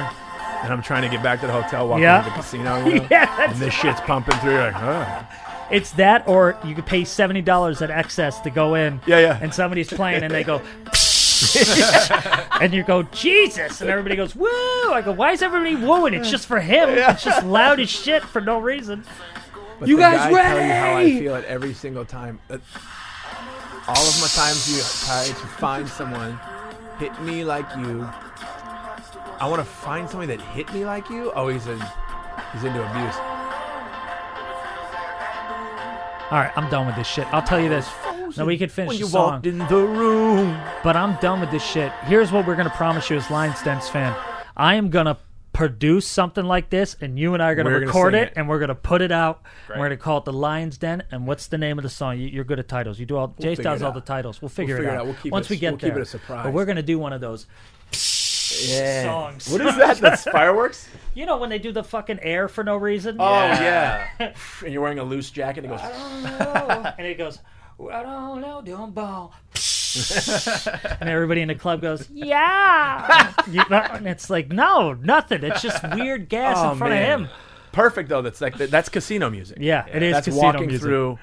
[SPEAKER 2] and I'm trying to get back to the hotel. Walking
[SPEAKER 3] Yeah.
[SPEAKER 2] to the casino. You know?
[SPEAKER 3] Yeah, that's
[SPEAKER 2] and this shit's pumping through. You're like, huh.
[SPEAKER 3] It's that, or you could pay seventy dollars at excess to go in.
[SPEAKER 2] Yeah, yeah.
[SPEAKER 3] And somebody's playing, and they go, and you go, Jesus! And everybody goes, woo! I go, why is everybody wooing? It's just for him. It's just loud as shit for no reason.
[SPEAKER 2] But
[SPEAKER 3] You
[SPEAKER 2] the guy tell
[SPEAKER 3] guys
[SPEAKER 2] you how I
[SPEAKER 3] ready?
[SPEAKER 2] feel it every single time. Uh, All of my times you try to find someone hit me like you. I want to find somebody that hit me like you. Oh, he's in, he's into abuse.
[SPEAKER 3] All right, I'm done with this shit. I'll tell you this. Now we can finish
[SPEAKER 2] when
[SPEAKER 3] the
[SPEAKER 2] you
[SPEAKER 3] song,
[SPEAKER 2] walked in the room.
[SPEAKER 3] but I'm done with this shit. Here's what we're gonna promise you as Lion Stems fan. I am gonna produce something like this, and you and I are gonna
[SPEAKER 2] We're gonna
[SPEAKER 3] record
[SPEAKER 2] sing
[SPEAKER 3] it,
[SPEAKER 2] it.
[SPEAKER 3] and we're gonna put it out. and We're
[SPEAKER 4] Right.
[SPEAKER 3] gonna call it the Lion's Den. And what's the name of the song? You, you're good at titles. You do all. Jay
[SPEAKER 2] figure
[SPEAKER 3] does
[SPEAKER 2] it
[SPEAKER 3] all
[SPEAKER 2] out.
[SPEAKER 3] the titles. We'll figure,
[SPEAKER 2] figure it out. We'll keep
[SPEAKER 3] Once
[SPEAKER 2] it a-
[SPEAKER 3] we get
[SPEAKER 2] we'll
[SPEAKER 3] there,
[SPEAKER 2] keep it a surprise.
[SPEAKER 3] But we're gonna do one of those.
[SPEAKER 2] Yeah.
[SPEAKER 3] songs.
[SPEAKER 2] What is that? That's fireworks?
[SPEAKER 3] You know when they do the fucking air for no reason?
[SPEAKER 2] Oh, yeah. and you're wearing a loose jacket and it goes,
[SPEAKER 3] and it goes, I don't know, don't ball. and everybody in the club goes, yeah. You know, and it's like, no, nothing. It's just weird gas
[SPEAKER 2] oh,
[SPEAKER 3] in front
[SPEAKER 2] man.
[SPEAKER 3] of him.
[SPEAKER 2] Perfect, though. That's like that's casino music.
[SPEAKER 3] Yeah, it is
[SPEAKER 2] that's
[SPEAKER 3] casino
[SPEAKER 2] walking
[SPEAKER 3] music.
[SPEAKER 2] through.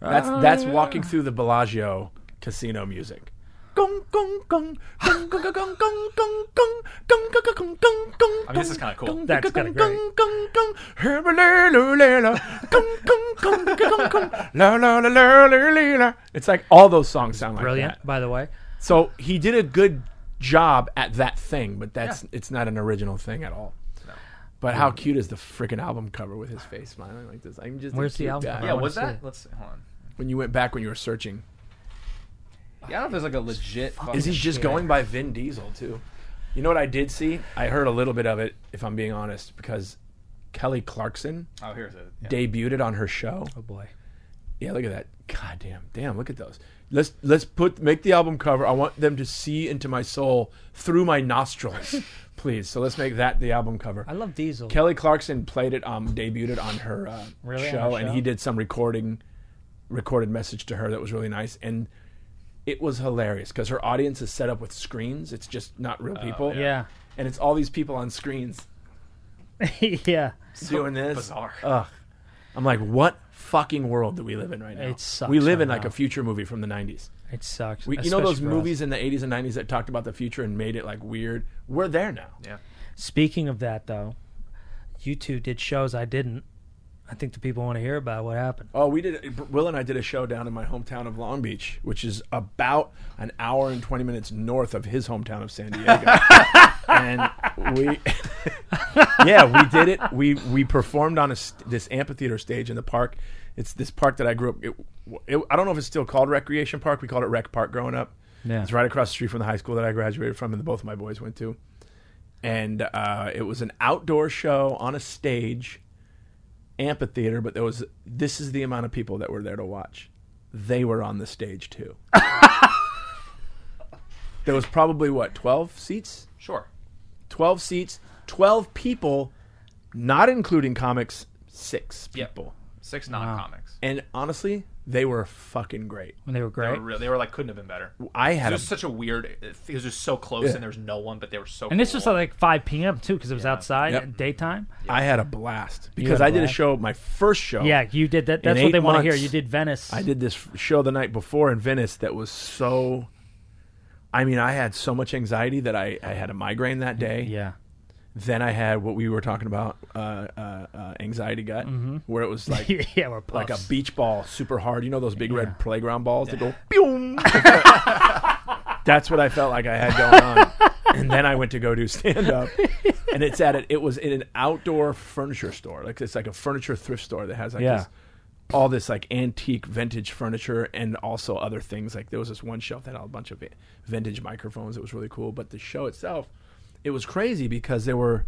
[SPEAKER 2] That's that's walking through the Bellagio casino music. Gong gong gong gong gong gong gong gong gong gong gong gong gong gong gong.
[SPEAKER 4] I mean, this is kinda cool.
[SPEAKER 3] That's kinda
[SPEAKER 2] Gong gong gong gong gong gong gong gong la la la la la la. la. It's like all those songs sound like
[SPEAKER 3] Brilliant,
[SPEAKER 2] that.
[SPEAKER 3] by the way.
[SPEAKER 2] So he did a good job at that thing, but that's it's not an original thing at all. But how cute is the freaking album cover with his face smiling like this? I'm just a
[SPEAKER 3] Where's the
[SPEAKER 2] cute
[SPEAKER 3] album
[SPEAKER 2] guy.
[SPEAKER 3] cover?
[SPEAKER 4] Yeah,
[SPEAKER 3] wanna
[SPEAKER 4] was
[SPEAKER 3] see
[SPEAKER 4] that?
[SPEAKER 3] it.
[SPEAKER 4] Let's see. Hold on.
[SPEAKER 2] When you went back when you were searching,
[SPEAKER 4] Yeah, I don't know if there's like a legit. fucking
[SPEAKER 2] is he just
[SPEAKER 4] shit.
[SPEAKER 2] going by Vin Diesel too? You know what I did see? I heard a little bit of it, if I'm being honest, because Kelly Clarkson
[SPEAKER 4] Oh, here's it. Yeah.
[SPEAKER 2] debuted it on her show.
[SPEAKER 3] Oh, boy.
[SPEAKER 2] Yeah, look at that. God damn, damn, look at those. Let's let's put make the album cover. I want them to see into my soul through my nostrils, please. So let's make that the album cover.
[SPEAKER 3] I love Diesel.
[SPEAKER 2] Kelly Clarkson played it, um, debuted it on her uh,
[SPEAKER 3] Really? On
[SPEAKER 2] show,
[SPEAKER 3] her
[SPEAKER 2] and
[SPEAKER 3] show?
[SPEAKER 2] he did some recording, recorded message to her that was really nice, and it was hilarious because her audience is set up with screens. It's just not real people,
[SPEAKER 3] Oh, yeah.
[SPEAKER 2] and it's all these people on screens
[SPEAKER 3] yeah.
[SPEAKER 2] doing this.
[SPEAKER 4] bizarre.
[SPEAKER 3] Uh,
[SPEAKER 2] Ugh. I'm like, what fucking world do we live in right now?
[SPEAKER 3] It sucks
[SPEAKER 2] we live
[SPEAKER 3] right
[SPEAKER 2] in like
[SPEAKER 3] now.
[SPEAKER 2] a future movie from the 90s.
[SPEAKER 3] It sucks.
[SPEAKER 2] We, you know
[SPEAKER 3] especially
[SPEAKER 2] those
[SPEAKER 3] for us.
[SPEAKER 2] movies in the 80s and 90s that talked about the future and made it like weird? We're there now.
[SPEAKER 4] Yeah.
[SPEAKER 3] Speaking of that, though, you two did shows I didn't. I think the people want to hear about what happened.
[SPEAKER 2] Oh, we did. Will and I did a show down in my hometown of Long Beach, which is about an hour and 20 minutes north of his hometown of San Diego. and we, yeah, we did it. We we performed on a, st- this amphitheater stage in the park. It's this park that I grew up. It, it, I don't know if it's still called Recreation Park. We called it Rec Park growing up.
[SPEAKER 3] Yeah.
[SPEAKER 2] It's right across the street from the high school that I graduated from, and both of my boys went to. And uh, it was an outdoor show on a stage amphitheater, but there was this is the amount of people that were there to watch. They were on the stage too. there was probably what twelve seats,
[SPEAKER 4] Sure.
[SPEAKER 2] twelve seats, twelve people, not including comics, six
[SPEAKER 4] Yep.
[SPEAKER 2] people.
[SPEAKER 4] Six non-comics.
[SPEAKER 2] And honestly, they were fucking great.
[SPEAKER 3] When they were
[SPEAKER 4] They,
[SPEAKER 3] great.
[SPEAKER 4] were real, they were like couldn't have been better.
[SPEAKER 2] I had a,
[SPEAKER 4] It was such a weird. It was just so close, and there was no one, but they were so.
[SPEAKER 3] And this
[SPEAKER 4] cool.
[SPEAKER 3] was at like 5 p.m. too, because it was outside
[SPEAKER 2] Yep.
[SPEAKER 3] at daytime.
[SPEAKER 2] I had a blast because
[SPEAKER 3] had a
[SPEAKER 2] I did a
[SPEAKER 3] blast?
[SPEAKER 2] show. My first show,
[SPEAKER 3] Yeah, you did that. That's what
[SPEAKER 2] eight
[SPEAKER 3] they want to hear.
[SPEAKER 2] months,
[SPEAKER 3] You did Venice.
[SPEAKER 2] I did this f- show the night before in Venice that was so. I mean, I had so much anxiety that I, I had a migraine that day.
[SPEAKER 3] Yeah.
[SPEAKER 2] Then I had what we were talking about, uh, uh, uh, anxiety gut,
[SPEAKER 3] Mm-hmm.
[SPEAKER 2] where it was like
[SPEAKER 3] yeah, we're
[SPEAKER 2] like a
[SPEAKER 3] puffs.
[SPEAKER 2] beach ball, super hard. You know those big
[SPEAKER 3] Yeah.
[SPEAKER 2] red playground balls that go. Boom! That's what I felt like I had going on. And then I went to go do stand up, and it's at it. It was in an outdoor furniture store, like it's like a furniture thrift store that has like
[SPEAKER 3] Yeah.
[SPEAKER 2] this, all this like antique vintage furniture and also other things. Like there was this one shelf that had a bunch of vintage microphones. It was really cool, but the show itself, it was crazy because there were,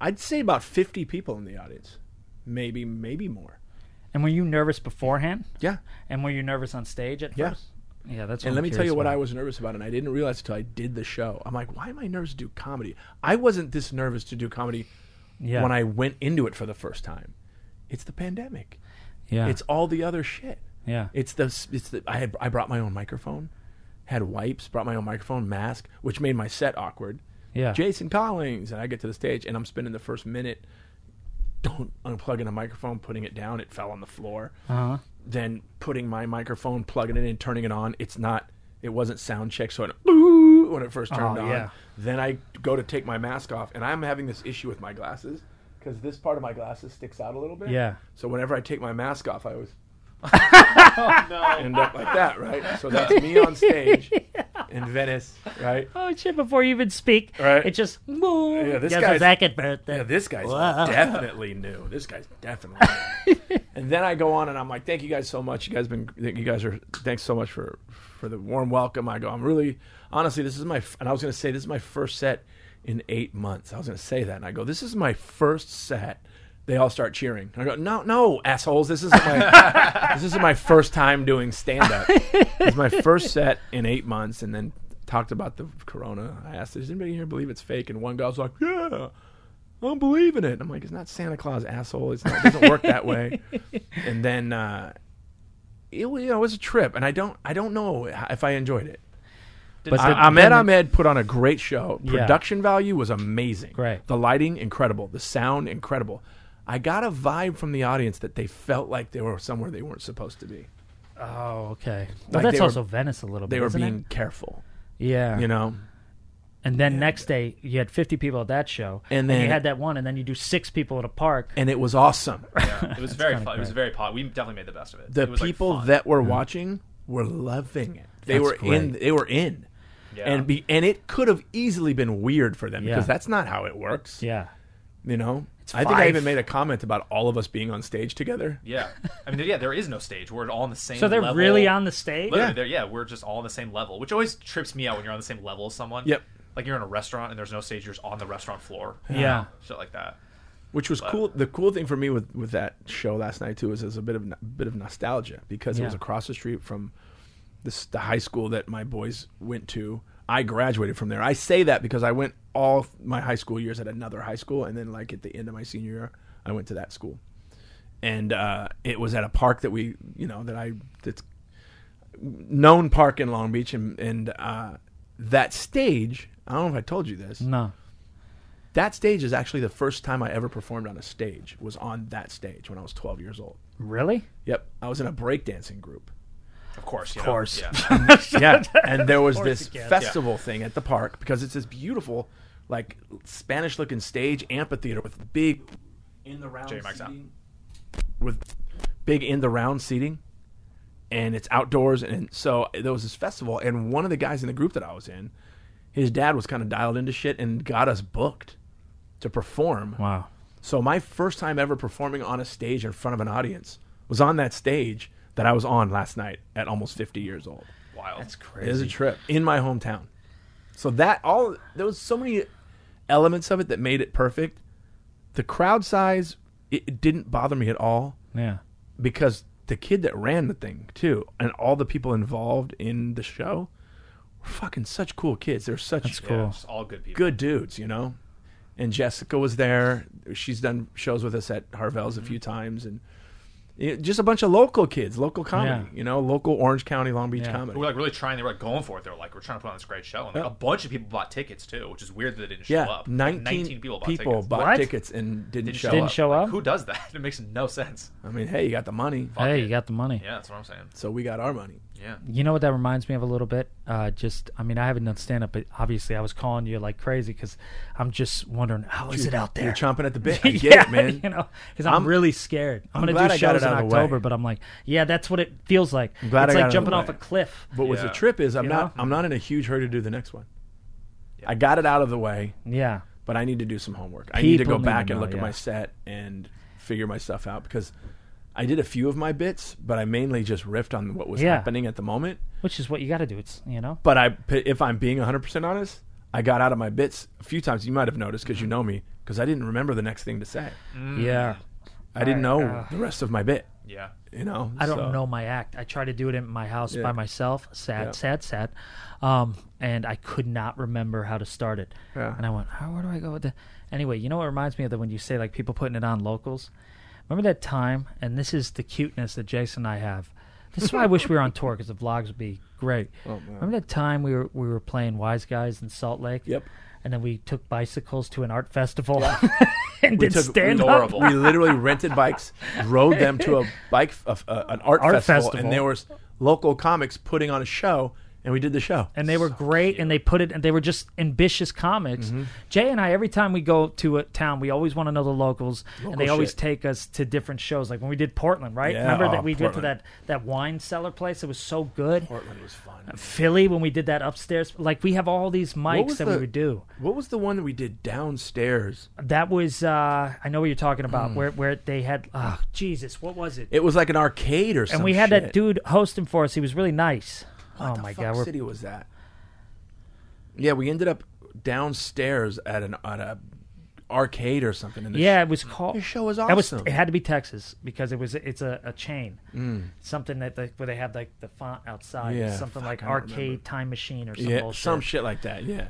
[SPEAKER 2] I'd say about fifty people in the audience, maybe maybe more.
[SPEAKER 3] And were you nervous beforehand?
[SPEAKER 2] Yeah,
[SPEAKER 3] And were you nervous on stage at
[SPEAKER 2] Yeah.
[SPEAKER 3] first? Yeah, that's. What
[SPEAKER 2] And
[SPEAKER 3] I'm
[SPEAKER 2] let me tell
[SPEAKER 3] curious
[SPEAKER 2] you what
[SPEAKER 3] about.
[SPEAKER 2] I was nervous about, and I didn't realize until I did the show. I'm like, why am I nervous to do comedy? I wasn't this nervous to do comedy
[SPEAKER 3] Yeah.
[SPEAKER 2] when I went into it for the first time. It's the pandemic.
[SPEAKER 3] Yeah.
[SPEAKER 2] It's all the other shit.
[SPEAKER 3] yeah.
[SPEAKER 2] It's the it's the I had I brought my own microphone, had wipes, brought my own microphone, mask, which made my set awkward.
[SPEAKER 3] Yeah.
[SPEAKER 2] Jason Collins, and I get to the stage, and I'm spending the first minute don't unplugging a microphone, putting it down, it fell on the floor
[SPEAKER 3] uh-huh.
[SPEAKER 2] then putting my microphone, plugging it in, turning it on. It's not. It wasn't sound check, so it ooh when it first turned
[SPEAKER 3] Oh,
[SPEAKER 2] on.
[SPEAKER 3] yeah.
[SPEAKER 2] Then I go to take my mask off, and I'm having this issue with my glasses because this part of my glasses sticks out a little bit.
[SPEAKER 3] Yeah.
[SPEAKER 2] So whenever I take my mask off, I always end up like that, right? So that's me on stage, in Venice, right?
[SPEAKER 3] Oh shit! Before you even speak,
[SPEAKER 2] Right.
[SPEAKER 3] it just boom.
[SPEAKER 2] Yeah, this
[SPEAKER 3] Yes,
[SPEAKER 2] guy's-
[SPEAKER 3] second birthday.
[SPEAKER 2] Yeah, this guy's
[SPEAKER 3] Wow.
[SPEAKER 2] definitely new. This guy's definitely. new. and then I go on and I'm like, thank you guys so much. You guys been, you guys are, thanks so much for for the warm welcome. I go, I'm really, honestly, this is my, f-" and I was gonna say this is my first set in eight months. I was gonna say that, and I go, this is my first set. They all start cheering. And I go, no, no, assholes, this isn't my, this isn't my first time doing stand up. It's my first set in eight months, and then. Talked about the corona. I asked, "Does anybody here believe it's fake?" And one guy was like, "Yeah." I'm believing it. And I'm like, it's not Santa Claus, asshole. It's not, it doesn't work that way. And then uh, it, wa- you know, it was a trip, and I don't, I don't know if I enjoyed it.
[SPEAKER 3] But
[SPEAKER 2] I-
[SPEAKER 3] the-
[SPEAKER 2] Ahmed
[SPEAKER 3] then-
[SPEAKER 2] Ahmed put on a great show.
[SPEAKER 3] Yeah.
[SPEAKER 2] Production value was amazing.
[SPEAKER 3] Great.
[SPEAKER 2] The lighting incredible. The sound incredible. I got a vibe from the audience that they felt like they were somewhere they weren't supposed to be.
[SPEAKER 3] Oh,
[SPEAKER 2] Like
[SPEAKER 3] okay. Well,
[SPEAKER 2] they
[SPEAKER 3] that's
[SPEAKER 2] were-
[SPEAKER 3] also Venice a little bit.
[SPEAKER 2] They were
[SPEAKER 3] isn't
[SPEAKER 2] being
[SPEAKER 3] it?
[SPEAKER 2] careful,
[SPEAKER 3] yeah.
[SPEAKER 2] you know.
[SPEAKER 3] and then next day you had 50 people at that show,
[SPEAKER 2] And
[SPEAKER 3] you
[SPEAKER 2] then-
[SPEAKER 3] had that one, and then you do six people at a park.
[SPEAKER 2] And it was awesome.
[SPEAKER 4] It was very fun. It was very pot. We definitely made the best of it.
[SPEAKER 2] the
[SPEAKER 4] It was, like,
[SPEAKER 2] people
[SPEAKER 4] fun.
[SPEAKER 2] that were watching were loving it. They
[SPEAKER 3] That's
[SPEAKER 2] were in.
[SPEAKER 3] great.
[SPEAKER 2] They were in.
[SPEAKER 4] Yeah.
[SPEAKER 2] And be and it could have easily been weird for them
[SPEAKER 3] Yeah.
[SPEAKER 2] because that's not how it works.
[SPEAKER 3] yeah,
[SPEAKER 2] You know, I think I
[SPEAKER 3] five.
[SPEAKER 2] even made a comment about all of us being on stage together.
[SPEAKER 4] Yeah, I mean, yeah, there is no stage. We're all on the same.
[SPEAKER 3] so they're
[SPEAKER 4] level.
[SPEAKER 3] really on the stage.
[SPEAKER 4] Literally, they're- yeah. we're just all on the same level, which always trips me out when you're on the same level as someone.
[SPEAKER 2] Yep.
[SPEAKER 4] Like you're in a restaurant and there's no stage. You're just on the restaurant floor.
[SPEAKER 3] Yeah.
[SPEAKER 4] Shit like that.
[SPEAKER 2] Which was cool. The cool thing for me with, with that show last night too is there's a bit of no- bit of nostalgia because it was
[SPEAKER 3] Yeah.
[SPEAKER 2] across the street from this the high school that my boys went to. I graduated from there. I say that because I went all f- my high school years at another high school, and then like at the end of my senior year, I went to that school, and uh, it was at a park that we you know that I that's known park in Long Beach, and and uh, that stage. I don't know if I told you this
[SPEAKER 3] No.
[SPEAKER 2] that stage is actually the first time I ever performed on a stage was on that stage when I was 12 years old.
[SPEAKER 3] Really?
[SPEAKER 2] Yep, I was in a breakdancing group.
[SPEAKER 4] Of course. Of
[SPEAKER 3] course.
[SPEAKER 4] Yeah.
[SPEAKER 2] Yeah, and there was
[SPEAKER 3] course
[SPEAKER 2] this
[SPEAKER 3] you can.
[SPEAKER 2] festival thing at the park because it's this beautiful, like Spanish-looking stage amphitheater with big in the round
[SPEAKER 4] Jerry, mic's out.
[SPEAKER 2] seating, with big in the round seating, and it's outdoors. And so there was this festival, and one of the guys in the group that I was in, his dad was kind of dialed into shit and got us booked to perform.
[SPEAKER 3] Wow.
[SPEAKER 2] So my first time ever performing on a stage in front of an audience was on that stage that I was on last night at almost 50 years old.
[SPEAKER 4] Wild.
[SPEAKER 3] That's
[SPEAKER 2] It is a
[SPEAKER 3] crazy.
[SPEAKER 2] trip in my hometown. So that all there was so many elements of it that made it perfect. The crowd size it, it didn't bother me at all
[SPEAKER 3] Yeah.
[SPEAKER 2] because the kid that ran the thing too and all the people involved in the show were fucking such cool kids. They're such
[SPEAKER 4] Yeah,
[SPEAKER 3] cool.
[SPEAKER 4] just all good people.
[SPEAKER 2] good dudes, you know. And Jessica was there. She's done shows with us at Harvell's
[SPEAKER 3] Mm-hmm.
[SPEAKER 2] a few times, and it, just a bunch of local kids, local comedy,
[SPEAKER 3] Yeah.
[SPEAKER 2] you know, local Orange County, Long Beach
[SPEAKER 3] Yeah.
[SPEAKER 2] comedy.
[SPEAKER 4] We're like really trying. They were like going for it. They were like, we're trying to put on this great show, and like a bunch of people bought tickets too, which is weird that they didn't show
[SPEAKER 2] yeah,
[SPEAKER 4] up. Like,
[SPEAKER 2] 19,
[SPEAKER 4] people bought
[SPEAKER 2] people
[SPEAKER 4] tickets.
[SPEAKER 2] bought
[SPEAKER 3] What?
[SPEAKER 2] tickets and didn't, show
[SPEAKER 3] Didn't
[SPEAKER 2] up.
[SPEAKER 3] show
[SPEAKER 4] Like,
[SPEAKER 3] up?
[SPEAKER 4] Who does that? It makes no sense.
[SPEAKER 2] I mean, hey, you got the money,
[SPEAKER 3] Hey,
[SPEAKER 4] it.
[SPEAKER 3] you got the money.
[SPEAKER 4] Yeah, that's what I'm saying.
[SPEAKER 2] so we got our money.
[SPEAKER 4] Yeah.
[SPEAKER 3] You know what that reminds me of a little bit? Uh, just, I mean, I haven't done stand up, but obviously I was calling you like crazy because I'm just wondering, how is it out there?
[SPEAKER 2] You're chomping at the bit. I get
[SPEAKER 3] yeah,
[SPEAKER 2] it, man.
[SPEAKER 3] You know, because I'm,
[SPEAKER 2] I'm-
[SPEAKER 3] really scared. I'm,
[SPEAKER 2] I'm
[SPEAKER 3] gonna
[SPEAKER 2] glad
[SPEAKER 3] do
[SPEAKER 2] I got
[SPEAKER 3] shows
[SPEAKER 2] it
[SPEAKER 3] in
[SPEAKER 2] out of the way.
[SPEAKER 3] October, but I'm like, yeah, that's what it feels like.
[SPEAKER 2] glad I got it
[SPEAKER 3] it's
[SPEAKER 2] out
[SPEAKER 3] like
[SPEAKER 2] of
[SPEAKER 3] jumping
[SPEAKER 2] the
[SPEAKER 3] off
[SPEAKER 2] way.
[SPEAKER 3] a cliff.
[SPEAKER 2] But with the
[SPEAKER 4] Yeah.
[SPEAKER 2] trip is, I'm
[SPEAKER 3] You
[SPEAKER 2] not,
[SPEAKER 3] know?
[SPEAKER 2] I'm not in a huge hurry to do the next one.
[SPEAKER 4] Yeah.
[SPEAKER 2] I got it out of the way,
[SPEAKER 3] Yeah,
[SPEAKER 2] but I need to do some homework. I need to
[SPEAKER 3] People
[SPEAKER 2] go
[SPEAKER 3] need
[SPEAKER 2] back
[SPEAKER 3] to
[SPEAKER 2] and
[SPEAKER 3] know,
[SPEAKER 2] look at
[SPEAKER 3] yeah.
[SPEAKER 2] my set and figure my stuff out because I did a few of my bits, but I mainly just riffed on what was
[SPEAKER 3] Yeah.
[SPEAKER 2] happening at the moment.
[SPEAKER 3] which is what you got to do. It's you know,
[SPEAKER 2] But I, if I'm being 100% honest, I got out of my bits a few times. You might have noticed because you know me because I didn't remember the next thing to say.
[SPEAKER 3] yeah.
[SPEAKER 2] I didn't
[SPEAKER 3] All
[SPEAKER 2] know
[SPEAKER 3] right, uh.
[SPEAKER 2] the rest of my bit.
[SPEAKER 4] Yeah.
[SPEAKER 2] You know,
[SPEAKER 3] I don't
[SPEAKER 2] so-
[SPEAKER 3] know my act. I try to do it in my house
[SPEAKER 2] Yeah.
[SPEAKER 3] by myself. Sad,
[SPEAKER 2] Yeah.
[SPEAKER 3] sad, sad. Um, and I could not remember how to start it.
[SPEAKER 2] Yeah.
[SPEAKER 3] And I went, oh, where do I go with the? Anyway, you know what reminds me of that when you say like people putting it on locals. Remember that time? And this is the cuteness that Jason and I have. This is why I wish we were on tour because the vlogs would be great.
[SPEAKER 2] Oh,
[SPEAKER 3] Remember that time we were we were playing Wise Guys in Salt Lake?
[SPEAKER 2] Yep.
[SPEAKER 3] And then we took bicycles to an art festival and did
[SPEAKER 2] took- we
[SPEAKER 3] stand
[SPEAKER 4] took-
[SPEAKER 3] up.
[SPEAKER 4] Horrible.
[SPEAKER 2] We literally rented bikes, rode them to a bike, f- a- a- an art,
[SPEAKER 3] Art
[SPEAKER 2] festival,
[SPEAKER 3] festival.
[SPEAKER 2] and there was local comics putting on a show, and we did the show.
[SPEAKER 3] and they were great and they put it and they were just ambitious comics
[SPEAKER 2] Mm-hmm.
[SPEAKER 3] jay and i every time we go to a town we always want to know the locals and they always
[SPEAKER 2] shit.
[SPEAKER 3] take us to different shows like when we did portland right
[SPEAKER 2] Yeah,
[SPEAKER 3] remember
[SPEAKER 2] oh,
[SPEAKER 3] that we went to
[SPEAKER 2] Portland.
[SPEAKER 3] that that wine cellar place it was so good
[SPEAKER 2] Portland was fun.
[SPEAKER 3] philly when we did that upstairs like we have all these mics
[SPEAKER 2] was
[SPEAKER 3] that
[SPEAKER 2] the-
[SPEAKER 3] we would do
[SPEAKER 2] What was the one that we did downstairs?
[SPEAKER 3] that was uh i know what you're talking about where where they had oh jesus what was it
[SPEAKER 2] Hmm. It was like an arcade or something.
[SPEAKER 3] and we had that dude hosting for us he was really nice oh my god
[SPEAKER 2] What
[SPEAKER 3] we're
[SPEAKER 2] city was that? Yeah, we ended up downstairs at an at a arcade or something. And the
[SPEAKER 3] Yeah,
[SPEAKER 2] sh-
[SPEAKER 3] it was called.
[SPEAKER 2] Your show was
[SPEAKER 3] That
[SPEAKER 2] awesome.
[SPEAKER 3] was. It had to be Texas because it was. It's a, a chain. Something that they, where they have like the font outside.
[SPEAKER 2] Mm. Yeah,
[SPEAKER 3] something
[SPEAKER 2] fuck,
[SPEAKER 3] like
[SPEAKER 2] I don't remember.
[SPEAKER 3] arcade time machine or some
[SPEAKER 2] yeah,
[SPEAKER 3] bullshit.
[SPEAKER 2] some shit like that. Yeah.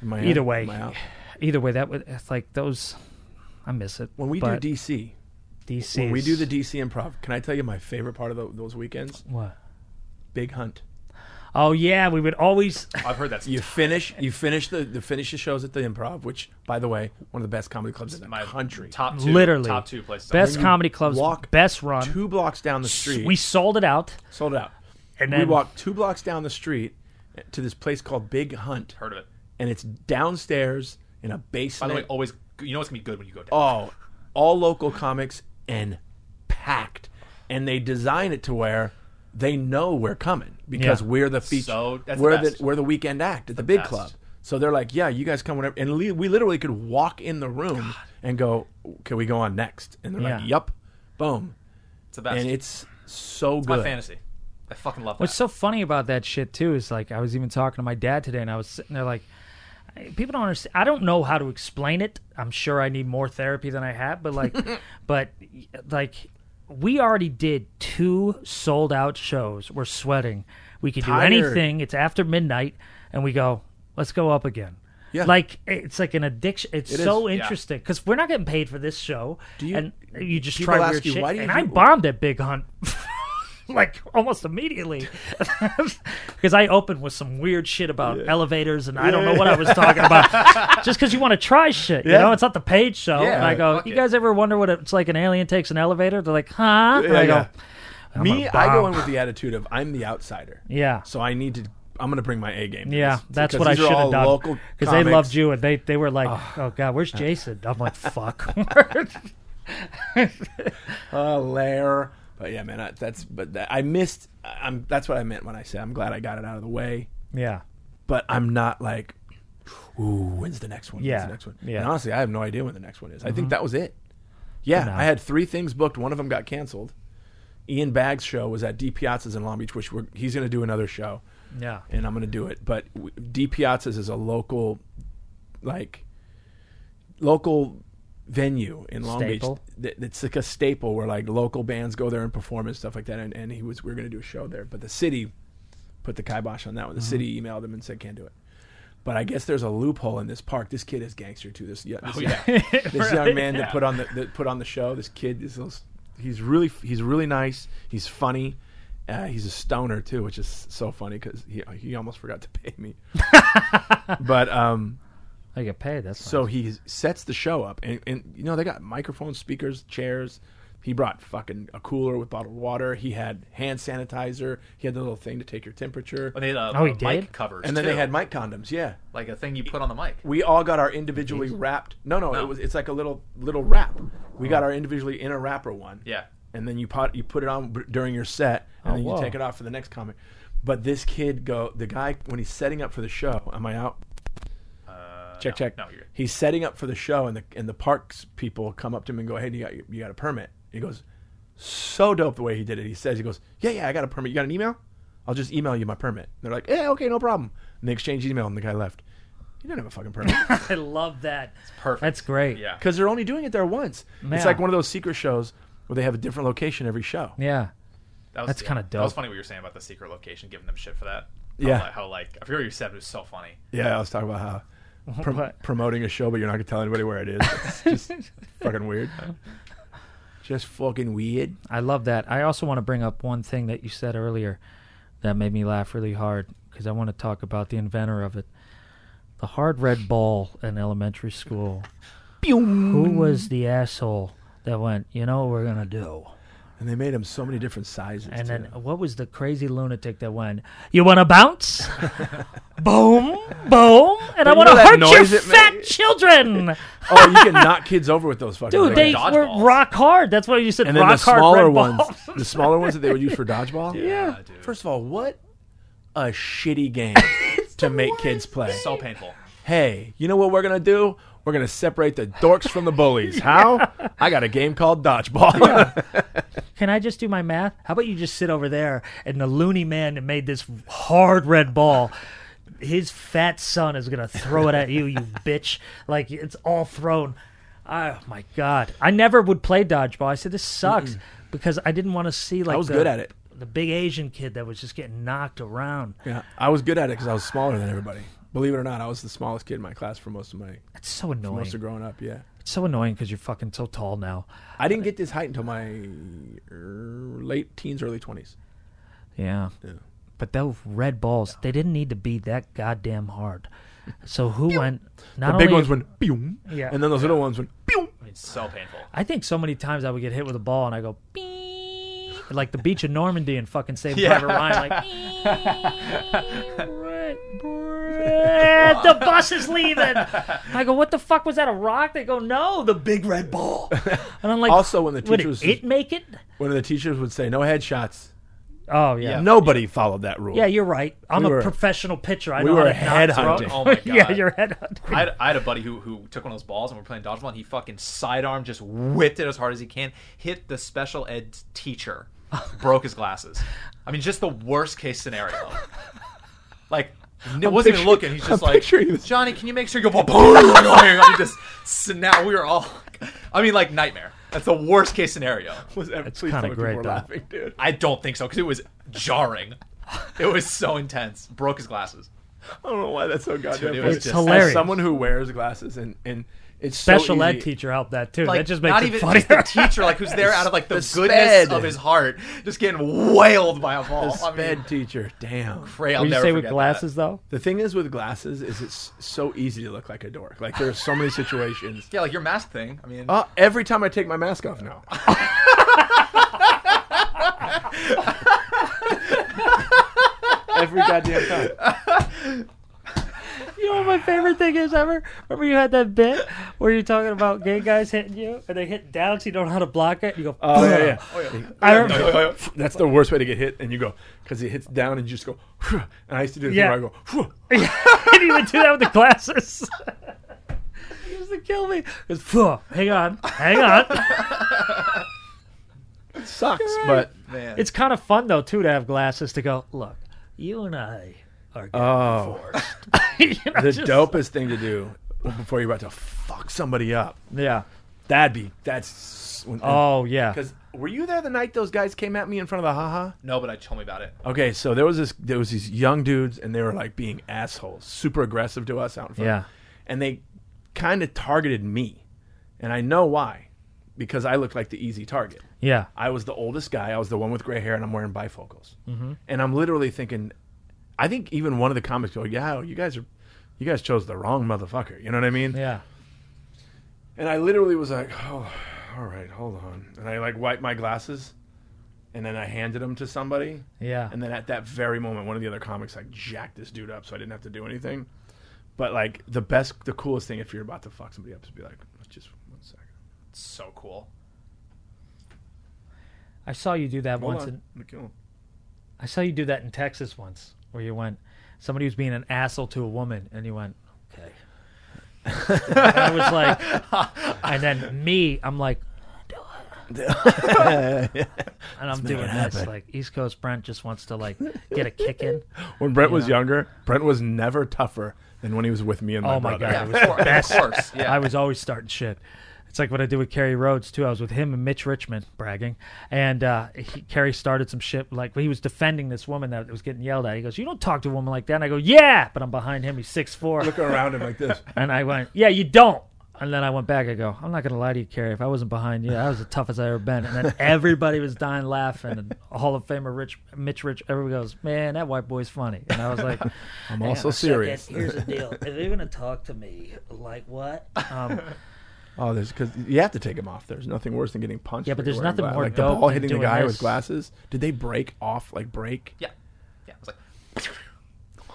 [SPEAKER 2] My-
[SPEAKER 3] Either way,
[SPEAKER 2] my-
[SPEAKER 3] either way, that would. It's like those. I miss it.
[SPEAKER 2] when we
[SPEAKER 3] but
[SPEAKER 2] do DC,
[SPEAKER 3] DC,
[SPEAKER 2] when we do the
[SPEAKER 3] D-
[SPEAKER 2] DC improv, can I tell you my favorite part of tho- those weekends?
[SPEAKER 3] what?
[SPEAKER 2] Big Hunt.
[SPEAKER 3] Oh yeah, we would always.
[SPEAKER 4] I've heard that's
[SPEAKER 2] You finish. You finish the, the finish the shows at the improv, which, by the way, one of the best comedy clubs in the
[SPEAKER 4] my
[SPEAKER 2] country.
[SPEAKER 4] top two,
[SPEAKER 3] Literally.
[SPEAKER 4] top two places.
[SPEAKER 3] Best comedy clubs,
[SPEAKER 2] walk
[SPEAKER 3] best run.
[SPEAKER 2] Two blocks down the street,
[SPEAKER 3] we sold it out,
[SPEAKER 2] sold out.
[SPEAKER 3] and
[SPEAKER 2] we
[SPEAKER 3] then
[SPEAKER 2] walked two blocks down the street to this place called Big Hunt,
[SPEAKER 4] heard of it.
[SPEAKER 2] and it's downstairs in a
[SPEAKER 4] By
[SPEAKER 2] basement.
[SPEAKER 4] the way, oh. always you know it's gonna be good when you go down.
[SPEAKER 2] all all local comics and packed, and they design it to where they know we're coming because
[SPEAKER 3] Yeah.
[SPEAKER 2] we're the feature.
[SPEAKER 4] So, that's the
[SPEAKER 2] we're the,
[SPEAKER 4] best.
[SPEAKER 2] we're the weekend act at the, big
[SPEAKER 4] best.
[SPEAKER 2] club. So they're like, yeah, you guys come whenever, and li- we literally could walk in the room and go, can we go on next? And they're
[SPEAKER 3] Yeah.
[SPEAKER 2] like, yup, boom,
[SPEAKER 4] It's the best.
[SPEAKER 2] and it's so
[SPEAKER 4] my
[SPEAKER 2] good.
[SPEAKER 4] fantasy. I fucking love
[SPEAKER 3] What's
[SPEAKER 4] that.
[SPEAKER 3] so funny about that shit too is like I was even talking to my dad today, and I was sitting there like, I- people don't understand. I don't know how to explain it. I'm sure I need more therapy than I have, but like, but like, we already did two sold out shows. We're sweating. We could
[SPEAKER 2] Tired.
[SPEAKER 3] do anything. It's after midnight, and we go. Let's go up again.
[SPEAKER 2] Yeah.
[SPEAKER 3] Like it's like an addiction. It's
[SPEAKER 2] It
[SPEAKER 3] so
[SPEAKER 2] is.
[SPEAKER 4] Yeah.
[SPEAKER 3] interesting because we're not getting paid for this show,
[SPEAKER 2] Do you-
[SPEAKER 3] and you just
[SPEAKER 2] people
[SPEAKER 3] try
[SPEAKER 2] ask
[SPEAKER 3] weird
[SPEAKER 2] you,
[SPEAKER 3] shit.
[SPEAKER 2] "Why do you
[SPEAKER 3] and I
[SPEAKER 2] do-
[SPEAKER 3] bombed at Big Hunt like almost immediately because I opened with some weird shit about elevators and I don't know what I was talking about. Just because you want to try shit, you
[SPEAKER 2] Yeah.
[SPEAKER 3] know, it's not the paid show.
[SPEAKER 2] Yeah,
[SPEAKER 3] and I go,
[SPEAKER 4] fuck
[SPEAKER 3] you
[SPEAKER 4] it."
[SPEAKER 3] guys ever wonder what it's like? An alien takes an elevator. They're like, huh? And
[SPEAKER 2] Yeah,
[SPEAKER 3] I go,
[SPEAKER 2] yeah.
[SPEAKER 3] "I'm
[SPEAKER 2] Me,
[SPEAKER 3] a
[SPEAKER 2] I go
[SPEAKER 3] bomb."
[SPEAKER 2] in with the attitude of I'm the outsider.
[SPEAKER 3] yeah.
[SPEAKER 2] So I need to. I'm going to bring my A game. to
[SPEAKER 3] Yeah,
[SPEAKER 2] this,
[SPEAKER 3] that's
[SPEAKER 2] because
[SPEAKER 3] what I
[SPEAKER 2] these are
[SPEAKER 3] should
[SPEAKER 2] all
[SPEAKER 3] have done
[SPEAKER 2] local
[SPEAKER 3] because they
[SPEAKER 2] comics.
[SPEAKER 3] loved you and they, they were like, oh god, where's Jason? I'm like, fuck.
[SPEAKER 2] Hilaire. Uh, But yeah, man, I, that's but that, I missed. I'm that's what I meant when I said I'm glad I got it out of the way.
[SPEAKER 3] yeah,
[SPEAKER 2] But I'm not like, ooh, when's the next one? When's
[SPEAKER 3] Yeah,
[SPEAKER 2] the next one.
[SPEAKER 3] yeah. Mm-hmm.
[SPEAKER 2] And honestly, I have no idea when the next one is. I think that was it. Yeah,
[SPEAKER 3] now.
[SPEAKER 2] I had three things booked. One of them got canceled. Ian Baggs' show was at D Piazza's in Long Beach, which we're, he's going to do another show,
[SPEAKER 3] yeah,
[SPEAKER 2] and I'm going to do it. But w- D Piazza's is a local, like, local venue in Long
[SPEAKER 3] Staple.
[SPEAKER 2] Beach. That, that's like a staple where like local bands go there and perform and stuff like that. And, and he was we are going to do a show there, but the city put the kibosh on that one. The city emailed him and said can't do it. But I guess there's a loophole in this park. This kid is gangster too. This, yeah, this,
[SPEAKER 4] yeah.
[SPEAKER 2] young- this young man that put on the that put on the show. This kid, this little, he's really he's really nice. He's funny. Uh, he's a stoner too, which is so funny because he he almost forgot to pay me. but um,
[SPEAKER 3] I get paid. That's
[SPEAKER 2] so he sets the show up, and, and you know they got microphones, speakers, chairs. He brought fucking a cooler with bottled water. He had hand sanitizer. He had the little thing to take your temperature,
[SPEAKER 4] And they had, uh,
[SPEAKER 3] Oh, he
[SPEAKER 4] uh, mic
[SPEAKER 3] did?
[SPEAKER 4] covers,
[SPEAKER 2] and then
[SPEAKER 4] too.
[SPEAKER 2] they had mic condoms. Yeah,
[SPEAKER 4] like a thing you put on the mic.
[SPEAKER 2] we all got our individually wrapped. No, no,
[SPEAKER 4] No. Oh.
[SPEAKER 2] it was it's like a little little wrap. We got our individually in a wrapper one.
[SPEAKER 4] Yeah,
[SPEAKER 2] and then you pot you put it on b- during your set, and
[SPEAKER 3] Oh,
[SPEAKER 2] then you
[SPEAKER 3] whoa.
[SPEAKER 2] take it off for the next comic. But this kid go the guy when he's setting up for the show. Am I out?
[SPEAKER 4] uh,
[SPEAKER 2] check
[SPEAKER 4] no,
[SPEAKER 2] check.
[SPEAKER 4] No, you're good.
[SPEAKER 2] He's setting up for the show, and the and the parks people come up to him and go, "Hey, do you got you got a permit?" He goes, "So dope the way he did it." He says, "He goes, yeah, yeah, I got a permit. You got an email? I'll just email you my permit." And they're like, "Yeah, okay, no problem." And they exchange email, and the guy left. He didn't have a fucking permit.
[SPEAKER 3] I love that.
[SPEAKER 4] perfect.
[SPEAKER 3] That's great.
[SPEAKER 4] Yeah,
[SPEAKER 2] because they're only doing it there once.
[SPEAKER 3] Yeah.
[SPEAKER 2] It's like one of those secret shows where they have a different location every show.
[SPEAKER 3] yeah.
[SPEAKER 4] that was,
[SPEAKER 3] that's
[SPEAKER 4] yeah.
[SPEAKER 3] kinda
[SPEAKER 4] That was
[SPEAKER 3] dope.
[SPEAKER 4] funny what you were saying about the secret location, giving them shit for that.
[SPEAKER 2] Yeah.
[SPEAKER 4] how, like- how like I forget what you said. But it was so funny.
[SPEAKER 2] Yeah, I was talking about how prom-
[SPEAKER 3] What?
[SPEAKER 2] promoting a show, but you're not gonna tell anybody where it is. It's just fucking weird. Just fucking weird.
[SPEAKER 3] I love that. I also want to bring up one thing that you said earlier that made me laugh really hard because I want to talk about the inventor of it. The hard red ball in elementary
[SPEAKER 2] Mm-hmm.
[SPEAKER 3] school. Who was the asshole that went, you know what we're going to do?
[SPEAKER 2] And they made them so many different sizes.
[SPEAKER 3] And then
[SPEAKER 2] too.
[SPEAKER 3] what was the crazy lunatic that went? You want to bounce? boom, boom, and I want
[SPEAKER 2] know
[SPEAKER 3] to
[SPEAKER 2] that
[SPEAKER 3] hurt your
[SPEAKER 2] noise it
[SPEAKER 3] fat
[SPEAKER 2] made?
[SPEAKER 3] children.
[SPEAKER 2] oh, you can knock kids over with those fucking
[SPEAKER 3] Dude,
[SPEAKER 2] things.
[SPEAKER 3] they
[SPEAKER 4] dodgeballs.
[SPEAKER 3] were rock hard. That's why you said
[SPEAKER 2] and then
[SPEAKER 3] rock
[SPEAKER 2] the
[SPEAKER 3] hard.
[SPEAKER 2] smaller
[SPEAKER 3] red
[SPEAKER 2] ones,
[SPEAKER 3] balls.
[SPEAKER 2] the smaller ones that they would use for dodgeball.
[SPEAKER 4] Yeah, dude.
[SPEAKER 2] First of all, what a shitty game to make kids play.
[SPEAKER 4] So painful.
[SPEAKER 2] hey, you know what we're gonna do? We're gonna separate the dorks from the bullies. How? I got a game called dodgeball.
[SPEAKER 3] Can I just do my math? How about you just sit over there and the loony man that made this hard red ball, his fat son is gonna throw it at you, you bitch! Like it's all thrown. Oh my god! I never would play dodgeball. I said this sucks because I didn't want to see like
[SPEAKER 2] was
[SPEAKER 3] the-
[SPEAKER 2] good at it.
[SPEAKER 3] The big Asian kid that was just getting knocked around.
[SPEAKER 2] yeah, I was good at it because I was smaller than everybody. Believe it or not, I was the smallest kid in my class for most of my
[SPEAKER 3] That's so annoying.
[SPEAKER 2] most of growing up. Yeah,
[SPEAKER 3] It's so annoying because you're fucking so tall now.
[SPEAKER 2] I didn't get this height until my er, late teens, early twenties.
[SPEAKER 3] Yeah. But those red balls, they didn't need to be that goddamn hard. So who went? Not
[SPEAKER 2] The big
[SPEAKER 3] only-
[SPEAKER 2] ones went boom,
[SPEAKER 3] Yeah.
[SPEAKER 2] and then those little ones went boom.
[SPEAKER 4] I mean, so painful.
[SPEAKER 3] I uh, think so many times I would get hit with a ball and I go, "Bing," like the beach of Normandy and fucking Saving
[SPEAKER 4] Yeah.
[SPEAKER 3] Private Ryan, like, "Bing, Brett, Brett, the bus is leaving. I go, what the fuck was that, a rock? They go, no, the big red ball. And I'm like,
[SPEAKER 2] Also, when the
[SPEAKER 3] would
[SPEAKER 2] teacher was
[SPEAKER 3] it, it make it?
[SPEAKER 2] when the teachers would say no headshots,
[SPEAKER 3] Oh, yeah. Yeah,
[SPEAKER 2] nobody followed that rule.
[SPEAKER 3] you're right. I'm
[SPEAKER 2] We
[SPEAKER 3] a
[SPEAKER 2] were-
[SPEAKER 3] professional pitcher. I
[SPEAKER 2] we
[SPEAKER 3] know
[SPEAKER 2] were
[SPEAKER 3] how to knock
[SPEAKER 2] headhunting.
[SPEAKER 3] throw-
[SPEAKER 4] Oh my god.
[SPEAKER 3] yeah, you're headhunting.
[SPEAKER 4] I had, I had a buddy who, who took one of those balls and we're playing dodgeball and he fucking sidearm just whipped it as hard as he can, hit the special ed teacher, broke his glasses. I mean, just the worst case scenario. Like, n-
[SPEAKER 2] picturing-
[SPEAKER 4] wasn't even looking. He's just
[SPEAKER 2] I'm
[SPEAKER 4] like,
[SPEAKER 2] picturing this.
[SPEAKER 4] Johnny, can you make sure you go boom? I mean, just snap. We were all, I mean, like nightmare. That's the worst case scenario.
[SPEAKER 2] was it's
[SPEAKER 3] kinda great,
[SPEAKER 2] Were
[SPEAKER 3] though.
[SPEAKER 2] laughing, dude.
[SPEAKER 4] I don't think so because it was jarring. It was so intense. Broke his glasses.
[SPEAKER 2] I don't know why that's so goddamn.
[SPEAKER 4] Dude, it
[SPEAKER 2] funny.
[SPEAKER 4] was It's
[SPEAKER 3] just- hilarious.
[SPEAKER 2] As someone who wears glasses and and it's so
[SPEAKER 3] Special ed
[SPEAKER 2] easy-
[SPEAKER 3] teacher helped that too.
[SPEAKER 4] like
[SPEAKER 3] that just makes
[SPEAKER 4] not
[SPEAKER 3] it
[SPEAKER 4] even
[SPEAKER 3] funnier.
[SPEAKER 4] just the teacher, like who's there out of like the,
[SPEAKER 2] The
[SPEAKER 4] goodness
[SPEAKER 2] sped.
[SPEAKER 4] of his heart, just getting wailed by a ball.
[SPEAKER 2] The
[SPEAKER 4] I mean,
[SPEAKER 2] sped teacher, damn.
[SPEAKER 4] pray I'll
[SPEAKER 3] Would you
[SPEAKER 4] never
[SPEAKER 3] say with
[SPEAKER 4] forget
[SPEAKER 3] glasses though?
[SPEAKER 2] The thing is with glasses is it's so easy to look like a dork. Like there are so many situations.
[SPEAKER 4] That. Yeah, like your mask thing. I mean,
[SPEAKER 3] Oh,
[SPEAKER 2] Uh, every time I take my mask off now, every goddamn time.
[SPEAKER 3] You know what my favorite thing is ever? Remember you had that bit where you're talking about gay guys hitting you and they hit down so you don't know how to block it. You go,
[SPEAKER 2] Oh yeah, yeah.
[SPEAKER 3] I remember,
[SPEAKER 2] That's the worst way to get hit, and you go because it hits down and you just go. "Phew," And I used to do the
[SPEAKER 3] Yeah.
[SPEAKER 2] thing where I go. "Phew."
[SPEAKER 3] I didn't even do that with the glasses. it used to kill me. It's, "Phew, hang on, hang on.
[SPEAKER 2] It sucks, but
[SPEAKER 4] man,
[SPEAKER 3] It's kind of fun though too to have glasses to go. Look, you and I are. Gay.
[SPEAKER 2] oh,
[SPEAKER 3] You know,
[SPEAKER 2] the
[SPEAKER 3] just-
[SPEAKER 2] dopest thing to do before you're about to fuck somebody up.
[SPEAKER 3] Yeah.
[SPEAKER 2] That'd be that's.
[SPEAKER 3] Oh yeah.
[SPEAKER 2] because were you there the night those guys came at me in front of the haha?
[SPEAKER 4] no, but I told me about it.
[SPEAKER 2] Okay, so there was this there was these young dudes and they were like being assholes, super aggressive to us out in front.
[SPEAKER 3] Yeah.
[SPEAKER 2] And they kind of targeted me. And I know why. Because I looked like the easy target.
[SPEAKER 3] Yeah.
[SPEAKER 2] I was the oldest guy, I was the one with gray hair and I'm wearing bifocals. And I'm literally thinking I think even one of the comics go, "Yeah, you guys are you guys chose the wrong motherfucker." You know what I mean?
[SPEAKER 3] Yeah.
[SPEAKER 2] And I literally was like, oh, all right, hold on. And I like wiped my glasses and then I handed them to somebody.
[SPEAKER 3] Yeah.
[SPEAKER 2] And then at that very moment, one of the other comics like jacked this dude up so I didn't have to do anything. But like the best, the coolest thing if you're about to fuck somebody up is to be like, just one second.
[SPEAKER 4] It's so cool.
[SPEAKER 3] I saw you do that
[SPEAKER 2] Hold
[SPEAKER 3] once.
[SPEAKER 2] on.
[SPEAKER 3] In,
[SPEAKER 2] I'm gonna kill him.
[SPEAKER 3] I saw you do that in Texas once, where you went, somebody was being an asshole to a woman, and you went, okay. and I was like, and then me, I'm like, do it. and I'm doing this. Like, East Coast Brent just wants to, like, get a kick in.
[SPEAKER 2] When Brent was
[SPEAKER 3] Yeah.
[SPEAKER 2] younger, Brent was never tougher than when he was with me and my
[SPEAKER 3] Oh, my
[SPEAKER 2] brother.
[SPEAKER 3] God.
[SPEAKER 4] Yeah,
[SPEAKER 3] It
[SPEAKER 4] of
[SPEAKER 3] was the
[SPEAKER 4] course.
[SPEAKER 3] best.
[SPEAKER 4] Of course. Yeah.
[SPEAKER 3] I was always starting shit. It's like what I did with Kerry Rhodes too. I was with him and Mitch Richmond bragging, and uh, he, Kerry started some shit. Like he was defending this woman that was getting yelled at. He goes, "You don't talk to a woman like that." And I go, "Yeah," but I'm behind him. He's six four,
[SPEAKER 2] Look around him like this.
[SPEAKER 3] and I went, "Yeah, you don't." And then I went back. I go, "I'm not gonna lie to you, Kerry. If I wasn't behind you, I was the toughest I ever been." And then everybody was dying laughing. And Hall of Famer Rich, Mitch Rich, everybody goes, "Man, that white boy's funny." And I was like,
[SPEAKER 2] I'm
[SPEAKER 3] "Hang on
[SPEAKER 2] also
[SPEAKER 3] a second.
[SPEAKER 2] serious.
[SPEAKER 3] Here's the deal: if you're gonna talk to me, like what? Um,
[SPEAKER 2] Oh, there's because you have to take them off. There's nothing worse than getting punched.
[SPEAKER 3] Yeah, but
[SPEAKER 2] when
[SPEAKER 3] there's
[SPEAKER 2] you're wearing
[SPEAKER 3] nothing
[SPEAKER 2] gla-
[SPEAKER 3] more
[SPEAKER 2] like
[SPEAKER 3] dope
[SPEAKER 2] the ball
[SPEAKER 3] than
[SPEAKER 2] hitting the
[SPEAKER 3] doing
[SPEAKER 2] guy with
[SPEAKER 3] this.
[SPEAKER 2] glasses. Did they break off? Like break?
[SPEAKER 4] Yeah, yeah. I was like,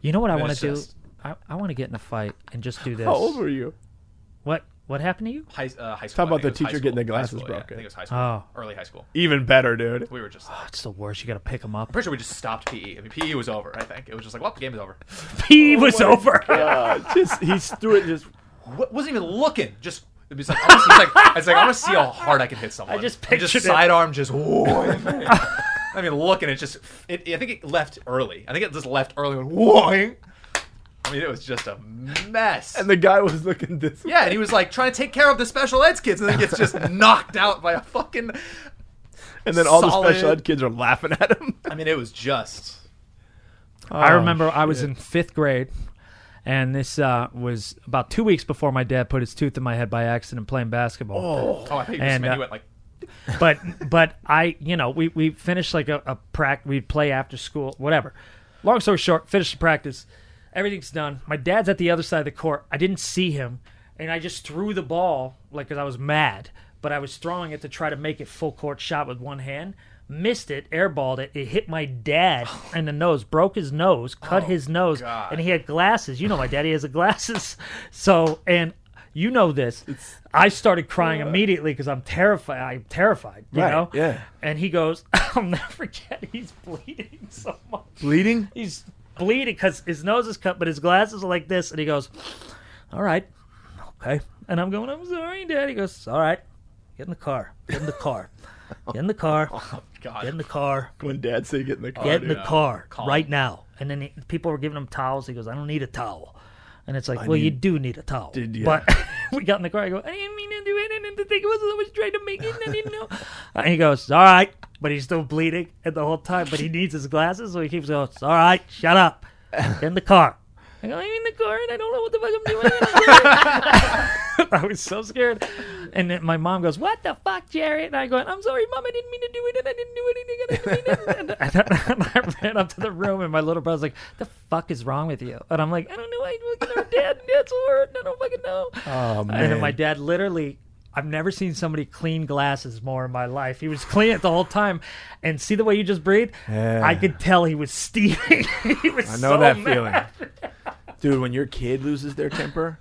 [SPEAKER 3] You know what I want
[SPEAKER 4] it's
[SPEAKER 3] to do?
[SPEAKER 4] just-
[SPEAKER 3] I, I want to get in a fight and just do this.
[SPEAKER 2] How old were you?
[SPEAKER 3] What what happened to you?
[SPEAKER 4] high, uh, high school. I
[SPEAKER 2] about
[SPEAKER 4] think
[SPEAKER 2] the
[SPEAKER 4] it was high
[SPEAKER 2] teacher getting
[SPEAKER 4] school.
[SPEAKER 2] the
[SPEAKER 4] High
[SPEAKER 2] glasses
[SPEAKER 4] school, yeah. I
[SPEAKER 2] broken.
[SPEAKER 4] think it was high school,
[SPEAKER 3] Oh.
[SPEAKER 4] early high school.
[SPEAKER 2] Even better, dude.
[SPEAKER 4] We were just.
[SPEAKER 3] Oh, it's the worst. You got to pick him up.
[SPEAKER 4] I'm pretty sure we just stopped PE. I mean, PE was over. I think it was just like, well, the game is over.
[SPEAKER 3] He was over.
[SPEAKER 2] God, just he threw it. Just
[SPEAKER 4] What, wasn't even looking. Just it was like, I was like, it's like I want to see how hard I can hit someone.
[SPEAKER 3] I just
[SPEAKER 4] And just
[SPEAKER 3] pictured it.
[SPEAKER 4] sidearm, just. whoing. I mean, looking, it just. It, I think it left early. I think it just left early. and whoing. I mean, it was just a mess.
[SPEAKER 2] and the guy was looking this.
[SPEAKER 4] yeah, and he was like trying to take care of the special eds kids, and then gets just knocked out by a fucking.
[SPEAKER 2] and then all the special
[SPEAKER 4] solid.
[SPEAKER 2] ed kids are laughing at him.
[SPEAKER 4] I mean, it was just.
[SPEAKER 3] I remember I was in fifth grade, and this uh, was about two weeks before my dad put his tooth in my head by accident playing basketball.
[SPEAKER 4] Oh, I think
[SPEAKER 3] And,
[SPEAKER 4] and,
[SPEAKER 3] uh,
[SPEAKER 4] he went like.
[SPEAKER 3] But but I you know we we finished like a, a practice. We'd play after school, whatever. Long story short, finished the practice. Everything's done. My dad's at the other side of the court. I didn't see him, and I just threw the ball like because I was mad. But I was throwing it to try to make it full court shot with one hand. Missed it, airballed it. It hit my dad in the nose, broke his nose, cut his nose,
[SPEAKER 4] God.
[SPEAKER 3] and he had glasses. You know, my daddy has the glasses. So, and you know this. I started crying immediately because I'm terrified. I'm terrified. You
[SPEAKER 2] Right,
[SPEAKER 3] know.
[SPEAKER 2] yeah.
[SPEAKER 3] And he goes, "I'll never forget." He's bleeding so much
[SPEAKER 2] bleeding.
[SPEAKER 3] he's bleeding because his nose is cut, but his glasses are like this, and he goes, "All right, okay." And I'm going, "I'm sorry, Dad." He goes, "All right, get in the car. Get in the car. Get in the car.
[SPEAKER 4] God.
[SPEAKER 3] Get in the car.
[SPEAKER 2] When dad said get in the car.
[SPEAKER 3] Get in the
[SPEAKER 2] dude.
[SPEAKER 3] car
[SPEAKER 4] Calm.
[SPEAKER 3] right now." And then he, people were giving him towels. He goes, "I don't need a towel." And it's like, well, you do need a towel.
[SPEAKER 2] Did ya?
[SPEAKER 3] But we got in the car. I go, I didn't mean to do it. I didn't think it was. I was trying to make it. And I didn't know. and he goes, all right. But he's still bleeding and the whole time. But he needs his glasses. So he keeps going, it's all right. Shut up. Get in the car. I go, I'm in the car and I don't know what the fuck I'm doing. I was so scared. And then my mom goes, what the fuck, Jerry? And I go, I'm sorry, mom. I didn't mean to do it. And I didn't do anything. And I didn't mean it. And I, and I ran up to the room and my little brother's like, the fuck is wrong with you? And I'm like, I don't know. I look at our dad and dad's word. I don't fucking know.
[SPEAKER 2] Oh man.
[SPEAKER 3] And then my dad literally, I've never seen somebody clean glasses more in my life. He was clean it the whole time. And see the way you just breathe?
[SPEAKER 2] Yeah.
[SPEAKER 3] I could tell he was steaming. he was
[SPEAKER 2] I know that feeling. Dude, when your kid loses their temper,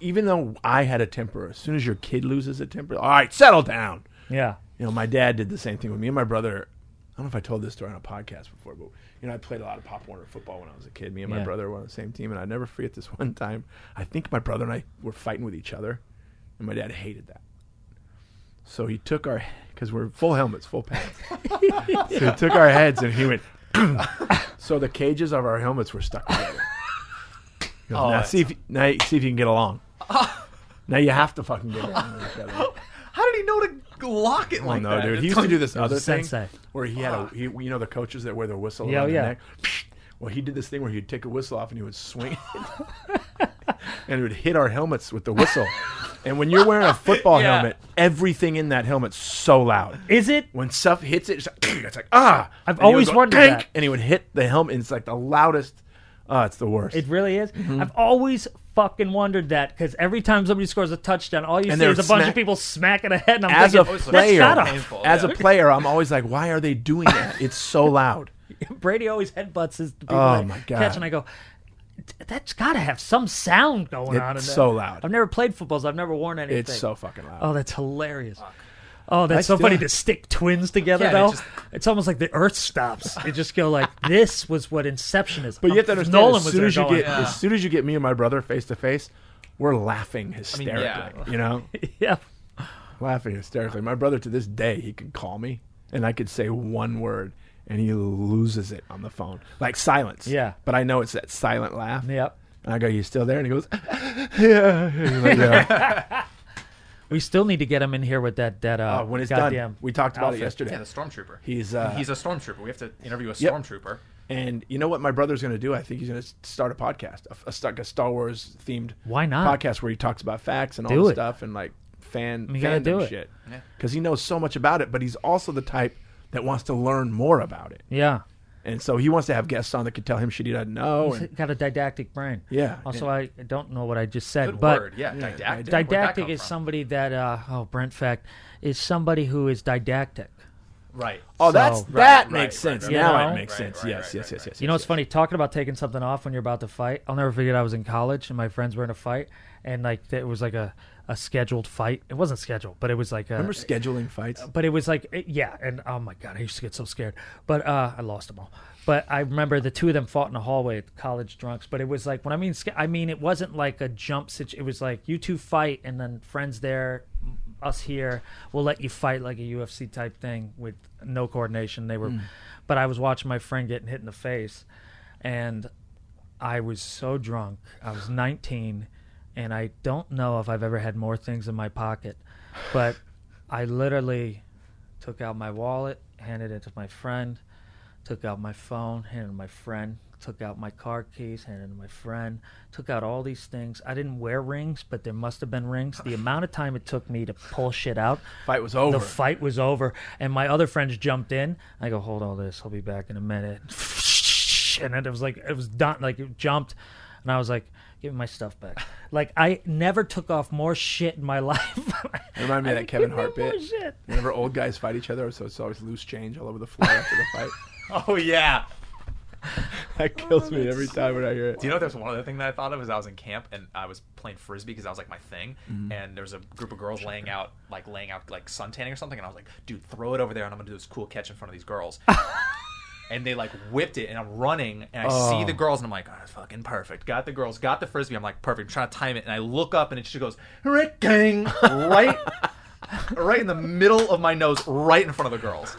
[SPEAKER 2] even though I had a temper, as soon as your kid loses a temper, all right, settle down.
[SPEAKER 3] Yeah.
[SPEAKER 2] You know, my dad did the same thing with me and my brother. I don't know if I told this story on a podcast before, but you know, I played a lot of Pop Warner football when I was a kid. Me and my
[SPEAKER 3] Yeah.
[SPEAKER 2] brother were on the same team, and I never forget this one time. I think my brother and I were fighting with each other, and my dad hated that. So he took our because we're full helmets, full pads. so he took our heads and he went. so the cages of our helmets were stuck together. He goes,
[SPEAKER 4] Oh,
[SPEAKER 2] now
[SPEAKER 4] that's-
[SPEAKER 2] see if now you- see if you can get along. now you have to fucking get along with each other.
[SPEAKER 4] How did he know to lock it
[SPEAKER 2] Well,
[SPEAKER 4] like
[SPEAKER 2] Oh, no,
[SPEAKER 4] that?
[SPEAKER 2] dude. He used to do this
[SPEAKER 3] was a
[SPEAKER 2] other thing
[SPEAKER 3] sensei.
[SPEAKER 2] where he had a he, you know the coaches that wear the whistle
[SPEAKER 3] Yeah,
[SPEAKER 2] around
[SPEAKER 3] yeah.
[SPEAKER 2] their neck. Well, he did this thing where he'd take a whistle off and he would swing it, and it would hit our helmets with the whistle. And when you're wearing a football
[SPEAKER 4] Yeah.
[SPEAKER 2] helmet, everything in that helmet's so loud.
[SPEAKER 3] Is it?
[SPEAKER 2] when stuff hits it, it's like, it's like, ah! And
[SPEAKER 3] I've
[SPEAKER 2] he would
[SPEAKER 3] always
[SPEAKER 2] go,
[SPEAKER 3] wondered
[SPEAKER 2] "Gank!"
[SPEAKER 3] that.
[SPEAKER 2] And he would hit the helmet, and it's like the loudest. Ah, it's the worst.
[SPEAKER 3] It really is.
[SPEAKER 2] Mm-hmm.
[SPEAKER 3] I've always fucking wondered that because every time somebody scores a touchdown, all you
[SPEAKER 2] And
[SPEAKER 3] see
[SPEAKER 2] they're
[SPEAKER 3] is a bunch
[SPEAKER 2] smack-
[SPEAKER 3] of people smacking a head. And I'm
[SPEAKER 2] as a
[SPEAKER 3] thinking,
[SPEAKER 2] player,
[SPEAKER 3] that's not a.
[SPEAKER 4] painful.
[SPEAKER 2] as a
[SPEAKER 4] yeah.
[SPEAKER 2] player, I'm always like, why are they doing that? It's so loud.
[SPEAKER 3] Brady always headbutts his people
[SPEAKER 2] Oh,
[SPEAKER 3] that
[SPEAKER 2] my God.
[SPEAKER 3] catch, and I go, that's got to have some sound going on. In
[SPEAKER 2] It's
[SPEAKER 3] there."
[SPEAKER 2] so loud.
[SPEAKER 3] I've never played football, so I've never worn anything.
[SPEAKER 2] It's so fucking loud.
[SPEAKER 3] Oh, that's hilarious. Oh, that's
[SPEAKER 2] I
[SPEAKER 3] so
[SPEAKER 2] still-
[SPEAKER 3] funny to stick twins together,
[SPEAKER 4] Yeah, they
[SPEAKER 3] though.
[SPEAKER 4] just-
[SPEAKER 3] It's almost like the Earth stops. It just go like, this was what Inception is.
[SPEAKER 2] But you have to understand,
[SPEAKER 3] Um, Nolan
[SPEAKER 2] as
[SPEAKER 3] was
[SPEAKER 2] soon
[SPEAKER 3] there
[SPEAKER 2] as you
[SPEAKER 3] going,
[SPEAKER 2] get as soon as you get me and my brother face to face, we're laughing
[SPEAKER 4] mean,
[SPEAKER 2] hysterically.
[SPEAKER 4] yeah.
[SPEAKER 2] You know,
[SPEAKER 3] yeah,
[SPEAKER 2] laughing hysterically. My brother to this day, he could call me, and I could say one word, and he loses it on the phone, like silence.
[SPEAKER 3] Yeah.
[SPEAKER 2] But I know it's that silent laugh.
[SPEAKER 3] yep.
[SPEAKER 2] And I go, "You still there?" And he goes, "Yeah." He's like, "Yeah."
[SPEAKER 3] We still need to get him in here with that that uh,
[SPEAKER 2] Uh, when it's
[SPEAKER 3] goddamn
[SPEAKER 2] done, we talked about
[SPEAKER 3] outfit.
[SPEAKER 2] it yesterday.
[SPEAKER 4] Yeah, the stormtrooper.
[SPEAKER 2] He's, uh,
[SPEAKER 4] he's a stormtrooper. We have to interview a
[SPEAKER 2] Yep.
[SPEAKER 4] stormtrooper.
[SPEAKER 2] And you know what my brother's going to do? I think he's going to start a podcast, a, a, st- a Star Wars themed
[SPEAKER 3] Why not?
[SPEAKER 2] podcast where he talks about facts and all
[SPEAKER 3] Do
[SPEAKER 2] the
[SPEAKER 3] it.
[SPEAKER 2] stuff and like fan
[SPEAKER 3] You gotta
[SPEAKER 2] fandom
[SPEAKER 3] do it.
[SPEAKER 2] shit. Because he knows so much about it, but he's also the type that wants to learn more about it.
[SPEAKER 3] Yeah,
[SPEAKER 2] And so he wants to have guests on that could tell him shit he doesn't know.
[SPEAKER 3] He's
[SPEAKER 2] And
[SPEAKER 3] got a didactic brain.
[SPEAKER 2] Yeah,
[SPEAKER 3] Also, I don't know what I just said,
[SPEAKER 4] Good
[SPEAKER 3] but
[SPEAKER 4] word. Yeah, didactic. Where'd that
[SPEAKER 3] didactic
[SPEAKER 4] come
[SPEAKER 3] is
[SPEAKER 4] from?
[SPEAKER 3] somebody that uh, oh Brent fact is somebody who is didactic.
[SPEAKER 4] right.
[SPEAKER 2] oh, that's
[SPEAKER 3] So-
[SPEAKER 2] that
[SPEAKER 4] right,
[SPEAKER 2] makes
[SPEAKER 4] right,
[SPEAKER 2] sense.
[SPEAKER 4] right,
[SPEAKER 2] now
[SPEAKER 3] right,
[SPEAKER 2] it
[SPEAKER 3] right,
[SPEAKER 2] makes
[SPEAKER 4] right,
[SPEAKER 2] sense.
[SPEAKER 4] right,
[SPEAKER 2] yes,
[SPEAKER 4] right,
[SPEAKER 2] yes,
[SPEAKER 4] right,
[SPEAKER 2] yes, yes.
[SPEAKER 3] You know,
[SPEAKER 2] yes,
[SPEAKER 3] it's funny talking about taking something off when you're about to fight. I'll never forget I was in college and my friends were in a fight, and like it was like a, a scheduled fight. It wasn't scheduled, but it was like a,
[SPEAKER 2] Remember scheduling fights?
[SPEAKER 3] but it was like it- yeah and oh my god i used to get so scared but uh i lost them all but i remember the two of them fought in the hallway at college drunks but it was like when i mean sca- i mean it wasn't like a jump situation it was like you two fight and then friends there m- us here we'll let you fight like a ufc type thing with no coordination they were but i was watching my friend getting hit in the face and I was so drunk. I was 19, and I don't know if I've ever had more things in my pocket, but I literally took out my wallet, handed it to my friend, took out my phone, handed it to my friend, took out my car keys, handed it to my friend, took out all these things. I didn't wear rings, but there must have been rings. The amount of time it took me to pull shit out.
[SPEAKER 2] Fight was over.
[SPEAKER 3] The fight was over, and my other friends jumped in. I go, hold all this. I'll be back in a minute. And then it was like it was done. Like it jumped, and I was like, give me my stuff back. Like I never took off more shit in my life.
[SPEAKER 2] Remind me
[SPEAKER 3] I
[SPEAKER 2] of that
[SPEAKER 3] think
[SPEAKER 2] Kevin
[SPEAKER 3] we need
[SPEAKER 2] Hart
[SPEAKER 3] more
[SPEAKER 2] bit.
[SPEAKER 3] shit.
[SPEAKER 2] Whenever old guys fight each other, so it's always loose change all over the floor after the fight.
[SPEAKER 4] Oh yeah.
[SPEAKER 2] That kills me every time when I hear it.
[SPEAKER 4] Do you know there's one other thing that I thought of was I was in camp and I was playing frisbee because that was like my thing,
[SPEAKER 2] Mm-hmm.
[SPEAKER 4] and there was a group of girls laying out like laying out like suntanning or something, and I was like, dude, throw it over there, and I'm gonna do this cool catch in front of these girls. and they like whipped it, and I'm running, and I see the girls, and I'm like, oh, fucking perfect. Got the girls, got the frisbee. I'm like, perfect. I'm trying to time it, and I look up, and it just goes, "Ricking," right, right in the middle of my nose, right in front of the girls.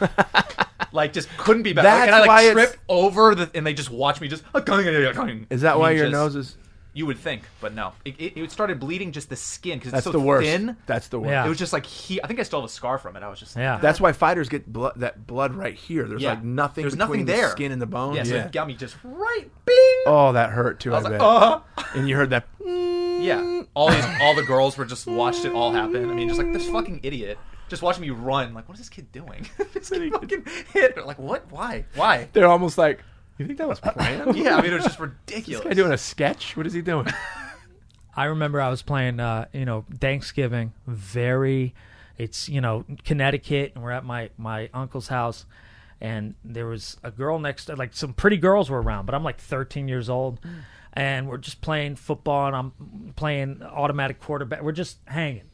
[SPEAKER 4] Like just couldn't be better. Like,
[SPEAKER 2] That's
[SPEAKER 4] and I like
[SPEAKER 2] why it's-
[SPEAKER 4] trip over the, and they just watch me just. "Ah,
[SPEAKER 2] Is that why
[SPEAKER 4] You
[SPEAKER 2] your
[SPEAKER 4] just-
[SPEAKER 2] nose is?
[SPEAKER 4] You would think, but no. It, it, it started bleeding just the skin because it's
[SPEAKER 2] That's
[SPEAKER 4] so
[SPEAKER 2] the worst.
[SPEAKER 4] thin.
[SPEAKER 2] That's the worst.
[SPEAKER 3] Yeah.
[SPEAKER 4] It was just like he. I think I still have a scar from it. I was just like,
[SPEAKER 3] Yeah.
[SPEAKER 2] That's why fighters get blood, that blood right here. There's
[SPEAKER 4] yeah.
[SPEAKER 2] like nothing.
[SPEAKER 4] There's
[SPEAKER 2] between
[SPEAKER 4] nothing
[SPEAKER 2] the
[SPEAKER 4] there.
[SPEAKER 2] skin and the bone.
[SPEAKER 4] Yeah, so
[SPEAKER 2] Yeah.
[SPEAKER 4] it got me just right. Bing.
[SPEAKER 2] Oh, that hurt too. I,
[SPEAKER 4] was like,
[SPEAKER 2] bet.
[SPEAKER 4] uh-huh.
[SPEAKER 2] And you heard that.
[SPEAKER 4] Yeah. All these, all the girls were just watched it all happen. I mean, just like this fucking idiot just watching me run. Like, what is this kid doing? just get fucking hit. Like, what? Why? Why?
[SPEAKER 2] They're almost like, you think that was planned?
[SPEAKER 4] Yeah. I mean, it was just
[SPEAKER 2] Is
[SPEAKER 4] ridiculous.
[SPEAKER 2] this guy doing a sketch? What is he doing?
[SPEAKER 3] I remember I was playing, uh, you know, Thanksgiving. Very, it's you know Connecticut, and we're at my my uncle's house, and there was a girl next, like some pretty girls were around, but I'm like 13 years old,
[SPEAKER 2] Mm.
[SPEAKER 3] and we're just playing football, and I'm playing automatic quarterback. We're just hanging.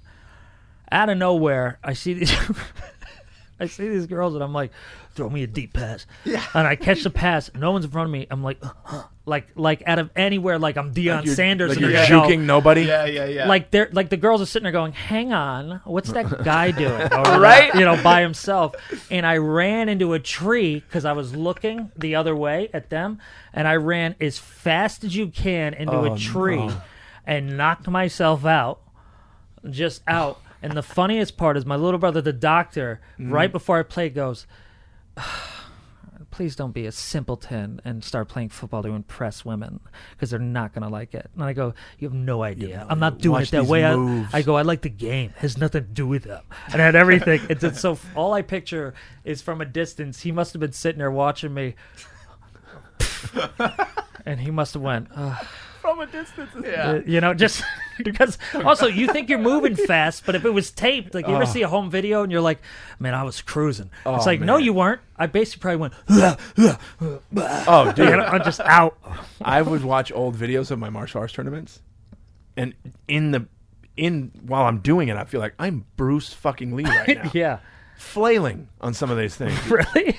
[SPEAKER 3] Out of nowhere, I see these. I see these girls and I'm like, throw me a deep pass. Yeah. And I catch the pass. No one's in front of me. I'm like, like, like out of anywhere, like I'm Deion
[SPEAKER 2] You're-
[SPEAKER 3] Sanders.
[SPEAKER 2] Like
[SPEAKER 3] in
[SPEAKER 2] you're
[SPEAKER 3] the NFL.
[SPEAKER 2] juking nobody.
[SPEAKER 4] yeah, yeah, yeah.
[SPEAKER 3] Like they're like the girls are sitting there going, "Hang on, what's that guy doing?" Over
[SPEAKER 2] Right?
[SPEAKER 3] there, you know, by himself. And I ran into a tree because I was looking the other way at them, and I ran as fast as you can into
[SPEAKER 2] Oh,
[SPEAKER 3] a tree,
[SPEAKER 2] no.
[SPEAKER 3] and knocked myself out, just out. And the funniest part is my little brother, the doctor,
[SPEAKER 2] Mm.
[SPEAKER 3] right before I play, goes. Please don't be a simpleton and start playing football to impress women because they're not going to like it. And I go, You have no idea. I'm not doing
[SPEAKER 2] Watch
[SPEAKER 3] it that
[SPEAKER 2] these
[SPEAKER 3] way. I,
[SPEAKER 2] moves.
[SPEAKER 3] I go, I like the game. It has nothing to do with them. And I had everything. It's just so all I picture is from a distance. He must have been sitting there watching me. and he must have went, "Ugh."
[SPEAKER 4] from a distance.
[SPEAKER 3] Uh,
[SPEAKER 4] Yeah.
[SPEAKER 3] you know, just because also you think you're moving fast, but if it was taped, like you ever see a home video and you're like, man, I was cruising. it's like, no,
[SPEAKER 2] man.
[SPEAKER 3] you weren't. I basically probably went, "Ugh, ugh, ugh, ugh."
[SPEAKER 2] Oh,
[SPEAKER 3] you
[SPEAKER 2] dude.
[SPEAKER 3] know, I'm just out.
[SPEAKER 2] I would watch old videos of my martial arts tournaments, and in the in while I'm doing it, I feel like I'm Bruce fucking Lee right now,
[SPEAKER 3] yeah.
[SPEAKER 2] flailing on some of these things.
[SPEAKER 3] Really?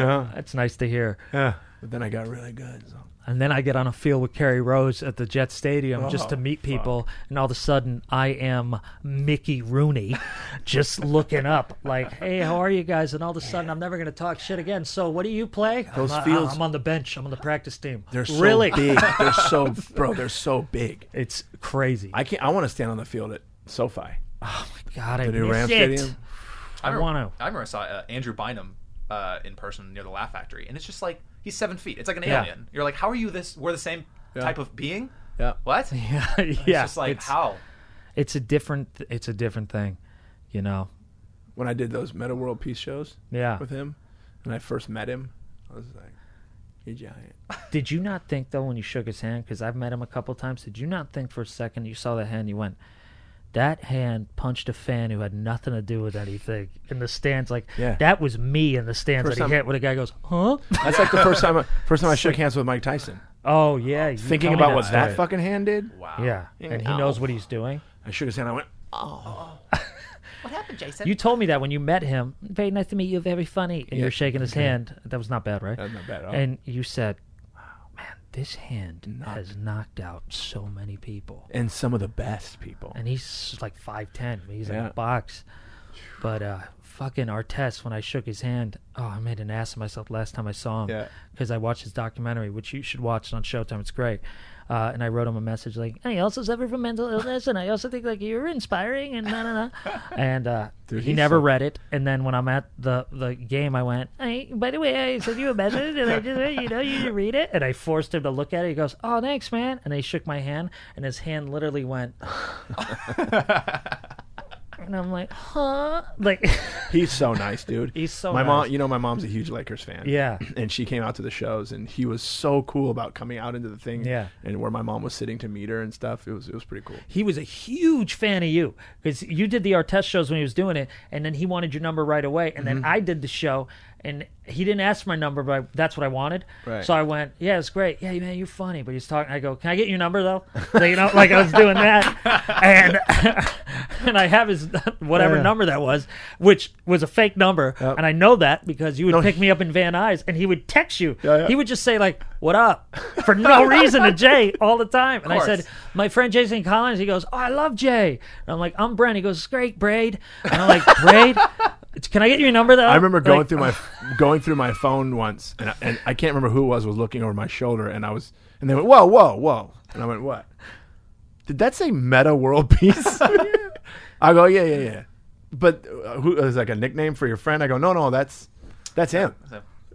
[SPEAKER 2] yeah.
[SPEAKER 3] That's nice to hear.
[SPEAKER 2] yeah. But then I got really good. So.
[SPEAKER 3] And then I get on a field with Kerry Rose at the Jet Stadium just to
[SPEAKER 2] Oh,
[SPEAKER 3] meet people, and all of a sudden I am Mickey Rooney, just looking up like, "Hey, how are you guys?" And all of a sudden I'm never going to talk shit again. So what do you play?
[SPEAKER 2] Those
[SPEAKER 3] I'm, uh,
[SPEAKER 2] fields-
[SPEAKER 3] I'm on the bench. I'm on the practice team.
[SPEAKER 2] They're so
[SPEAKER 3] really
[SPEAKER 2] big. They're so bro. They're so big.
[SPEAKER 3] It's crazy.
[SPEAKER 2] I can't. I want to stand on the field at SoFi,
[SPEAKER 3] God, I
[SPEAKER 2] the new
[SPEAKER 3] miss
[SPEAKER 2] Ram
[SPEAKER 3] it.
[SPEAKER 2] Stadium.
[SPEAKER 4] I, remember,
[SPEAKER 3] wanna.
[SPEAKER 4] I remember I saw uh, Andrew Bynum uh, in person near the Laugh Factory, and it's just like he's seven feet. It's like an
[SPEAKER 3] Yeah.
[SPEAKER 4] alien. You're like, how are you? This we're the same type of being.
[SPEAKER 2] Yeah.
[SPEAKER 4] What?
[SPEAKER 3] yeah,
[SPEAKER 4] It's just like
[SPEAKER 3] it's,
[SPEAKER 4] how.
[SPEAKER 3] it's a different. It's a different thing, you know.
[SPEAKER 2] When I did those Meta World Peace shows,
[SPEAKER 3] Yeah.
[SPEAKER 2] with him, when I first met him, I was like, "You're giant."
[SPEAKER 3] Did you not think though when you shook his hand? Because I've met him a couple times. Did you not think for a second you saw that hand? You went, that hand punched a fan who had nothing to do with anything in the stands. Like
[SPEAKER 2] Yeah.
[SPEAKER 3] that was me in the stands
[SPEAKER 2] First
[SPEAKER 3] that
[SPEAKER 2] time-
[SPEAKER 3] he hit. When a guy goes, huh?
[SPEAKER 2] That's like the first time. I, first time I shook hands with Mike Tyson.
[SPEAKER 3] Oh yeah, you
[SPEAKER 2] Thinking
[SPEAKER 3] told me
[SPEAKER 2] about what that
[SPEAKER 3] story.
[SPEAKER 2] fucking hand did.
[SPEAKER 4] Wow.
[SPEAKER 3] Yeah, and he knows what he's doing.
[SPEAKER 2] I shook his hand. I went,
[SPEAKER 3] You told me that when you met him. Very nice to meet you. Very funny. And
[SPEAKER 2] Yeah,
[SPEAKER 3] you're shaking his hand. That was not bad, right?
[SPEAKER 2] That's not bad at all.
[SPEAKER 3] And you said, "Wow, man, this hand has knocked out so many people."
[SPEAKER 2] and some of the best people.
[SPEAKER 3] And he's like five ten. He's in
[SPEAKER 2] Yeah.
[SPEAKER 3] a box. But uh, fucking Artest, when I shook his hand, oh, I made an ass of myself last time I saw him.
[SPEAKER 2] Yeah.
[SPEAKER 3] Because I watched his documentary, which you should watch on Showtime. It's great. Uh, and I wrote him a message like, I also suffer from mental illness, and I also think like you're inspiring, and na na na. And uh,
[SPEAKER 2] Dude,
[SPEAKER 3] he
[SPEAKER 2] he's
[SPEAKER 3] never
[SPEAKER 2] so-
[SPEAKER 3] read it. And then when I'm at the, the game, I went, I, by the way, I sent you a message, and I just, you know, you should read it. And I forced him to look at it. He goes, Oh, thanks, man. And I shook my hand, and his hand literally went, and I'm like, huh? Like,
[SPEAKER 2] He's so nice, dude.
[SPEAKER 3] He's so
[SPEAKER 2] my mom.
[SPEAKER 3] nice.
[SPEAKER 2] You know, my mom's a huge Lakers fan.
[SPEAKER 3] Yeah.
[SPEAKER 2] and she came out to the shows, and he was so cool about coming out into the thing.
[SPEAKER 3] Yeah.
[SPEAKER 2] and where my mom was sitting to meet her and stuff. It was it was pretty cool.
[SPEAKER 3] he was a huge fan of you because you did the Artest shows when he was doing it, and then he wanted your number right away. And
[SPEAKER 2] Mm-hmm.
[SPEAKER 3] then I did the show, and he didn't ask for my number, but I, that's what I wanted.
[SPEAKER 2] Right.
[SPEAKER 3] So I went, yeah, it's great. Yeah, man, you're funny, but he's talking. I go, can I get your number though? Like, you know, like I was doing that, and and I have his whatever
[SPEAKER 2] Yeah.
[SPEAKER 3] number that was, which was a fake number, and I know that because you would pick me up in Van Nuys, and he would text you.
[SPEAKER 2] Yeah, yeah.
[SPEAKER 3] He would just say like, "What up?" for no reason to Jay all the time, and I
[SPEAKER 4] course.
[SPEAKER 3] said my friend Jason Collins, he goes, Oh, I love Jay. And I'm like, I'm Brent. He goes, It's great, Braid. And I'm like, Braid, can I get your number though?
[SPEAKER 2] I remember going
[SPEAKER 3] Like,
[SPEAKER 2] through my going through my phone once, and I, and I can't remember who it was was looking over my shoulder, and I was, and they went, "Whoa, whoa, whoa!" And I went, "What? Did that say Meta World Peace?" I go, "Yeah, yeah, yeah." But uh, who is like a nickname for your friend? I go, "No, no, that's that's him."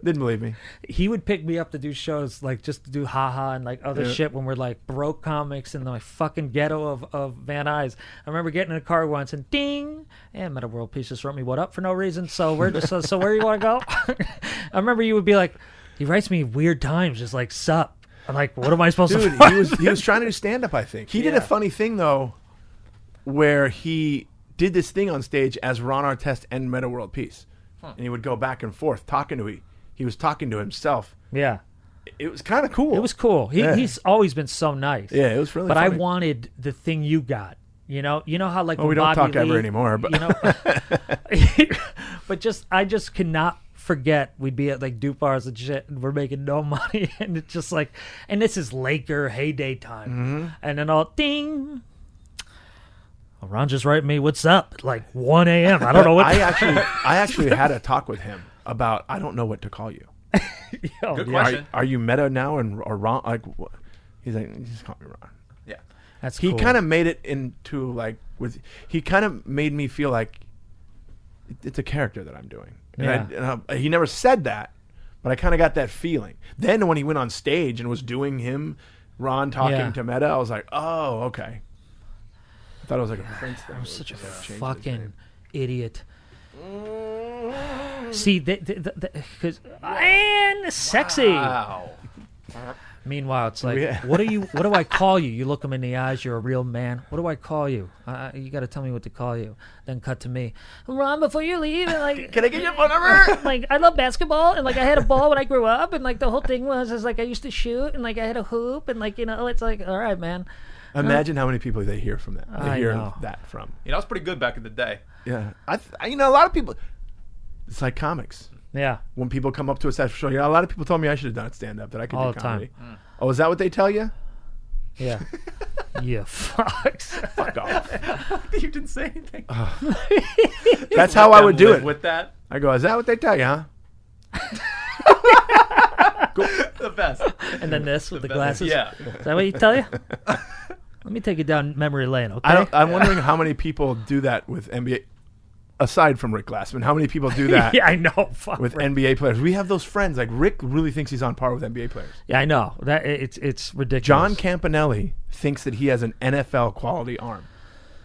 [SPEAKER 2] Didn't believe me.
[SPEAKER 3] he would pick me up to do shows like just to do haha and like other
[SPEAKER 2] Yeah.
[SPEAKER 3] shit when we're like broke comics in the like, fucking ghetto of, of Van Nuys. I remember getting in a car once and ding and Meta World Peace just wrote me what up for no reason. So we're just so, so where you wanna go? I remember you would be like, He writes me weird times, just like sup. I'm like, what am I supposed
[SPEAKER 2] dude
[SPEAKER 3] to fuck
[SPEAKER 2] he was he was trying to do stand up i think he did a funny thing though where he did this thing on stage as ron artest and meta world peace and he would go back and forth talking to he he was talking to himself
[SPEAKER 3] Yeah.
[SPEAKER 2] it was kind of cool
[SPEAKER 3] It was cool. He,
[SPEAKER 2] Yeah.
[SPEAKER 3] He's always been so nice.
[SPEAKER 2] Yeah, it was really
[SPEAKER 3] But I
[SPEAKER 2] funny.
[SPEAKER 3] wanted the thing you got. You know, you know how like
[SPEAKER 2] Well, we don't
[SPEAKER 3] when Bobby
[SPEAKER 2] talk ever
[SPEAKER 3] Lee-
[SPEAKER 2] anymore, but-
[SPEAKER 3] you know, but just I just cannot forget we'd be at like Duke bars and shit, and we're making no money, and it's just like, and this is Laker heyday time,
[SPEAKER 2] Mm-hmm.
[SPEAKER 3] and then all ding. Well, Ron just wrote me, "What's up?" At like 1 a.m. I don't know what.
[SPEAKER 2] i actually i actually had a talk with him about i don't know what to call you
[SPEAKER 3] oh,
[SPEAKER 4] Good
[SPEAKER 3] yeah.
[SPEAKER 2] are,
[SPEAKER 4] question.
[SPEAKER 2] are you meta now and or ron like wh- he's like just call me ron
[SPEAKER 4] Yeah.
[SPEAKER 3] That's
[SPEAKER 2] he
[SPEAKER 3] cool.
[SPEAKER 2] kind of made it into like with he kind of made me feel like it- it's a character that I'm doing. And, I, and I- he never said that, but I kind of got that feeling. Then when he went on stage and was doing him, Ron talking
[SPEAKER 3] Yeah.
[SPEAKER 2] to Meta, I was like, oh, okay. I thought it was like a Prince thing.
[SPEAKER 3] I'm such a fucking idiot.
[SPEAKER 2] Mm.
[SPEAKER 3] See, they, they, they, cause, and sexy.
[SPEAKER 4] Wow.
[SPEAKER 3] Meanwhile, it's like,
[SPEAKER 2] Yeah.
[SPEAKER 3] what do you? What do I call you? You look him in the eyes. You're a real man. What do I call you? Uh, you got to tell me what to call you. Then cut to me, Ron. Before you leave, and like,
[SPEAKER 2] Can I get your phone number?
[SPEAKER 3] like I love basketball and like I had a ball when I grew up and like the whole thing was is like I used to shoot and like I had a hoop and like you know it's like all right, man.
[SPEAKER 2] Imagine how many people they hear from that. They
[SPEAKER 3] I
[SPEAKER 2] hear
[SPEAKER 3] know.
[SPEAKER 2] that from.
[SPEAKER 4] You know, I was pretty good back in the day.
[SPEAKER 2] Yeah, I, th- I you know a lot of people. It's like comics.
[SPEAKER 3] Yeah,
[SPEAKER 2] When people come up to us after a show, you know, a lot of people told me I should have done stand up that I could
[SPEAKER 3] All
[SPEAKER 2] do
[SPEAKER 3] the time.
[SPEAKER 2] comedy. Oh, is that what they tell you?
[SPEAKER 3] yeah, yeah. Fucks.
[SPEAKER 2] Fuck off.
[SPEAKER 4] you didn't say anything.
[SPEAKER 2] That's how I would do
[SPEAKER 4] Live
[SPEAKER 2] it.
[SPEAKER 4] With that,
[SPEAKER 2] I go, is that what they tell you, huh?
[SPEAKER 4] the best.
[SPEAKER 3] And then this with the, glasses.
[SPEAKER 4] Yeah.
[SPEAKER 3] Is that what you tell you? Let me take you down memory lane, okay?
[SPEAKER 2] I don't, I'm wondering how many people do that with NBA, aside from Rick Glassman. How many people do that
[SPEAKER 3] yeah, I know. Fuck.
[SPEAKER 2] with NBA players? We have those friends. Like Rick really thinks he's on par with NBA players.
[SPEAKER 3] yeah, I know. That it's it's ridiculous.
[SPEAKER 2] John Campanelli thinks that he has an NFL quality arm.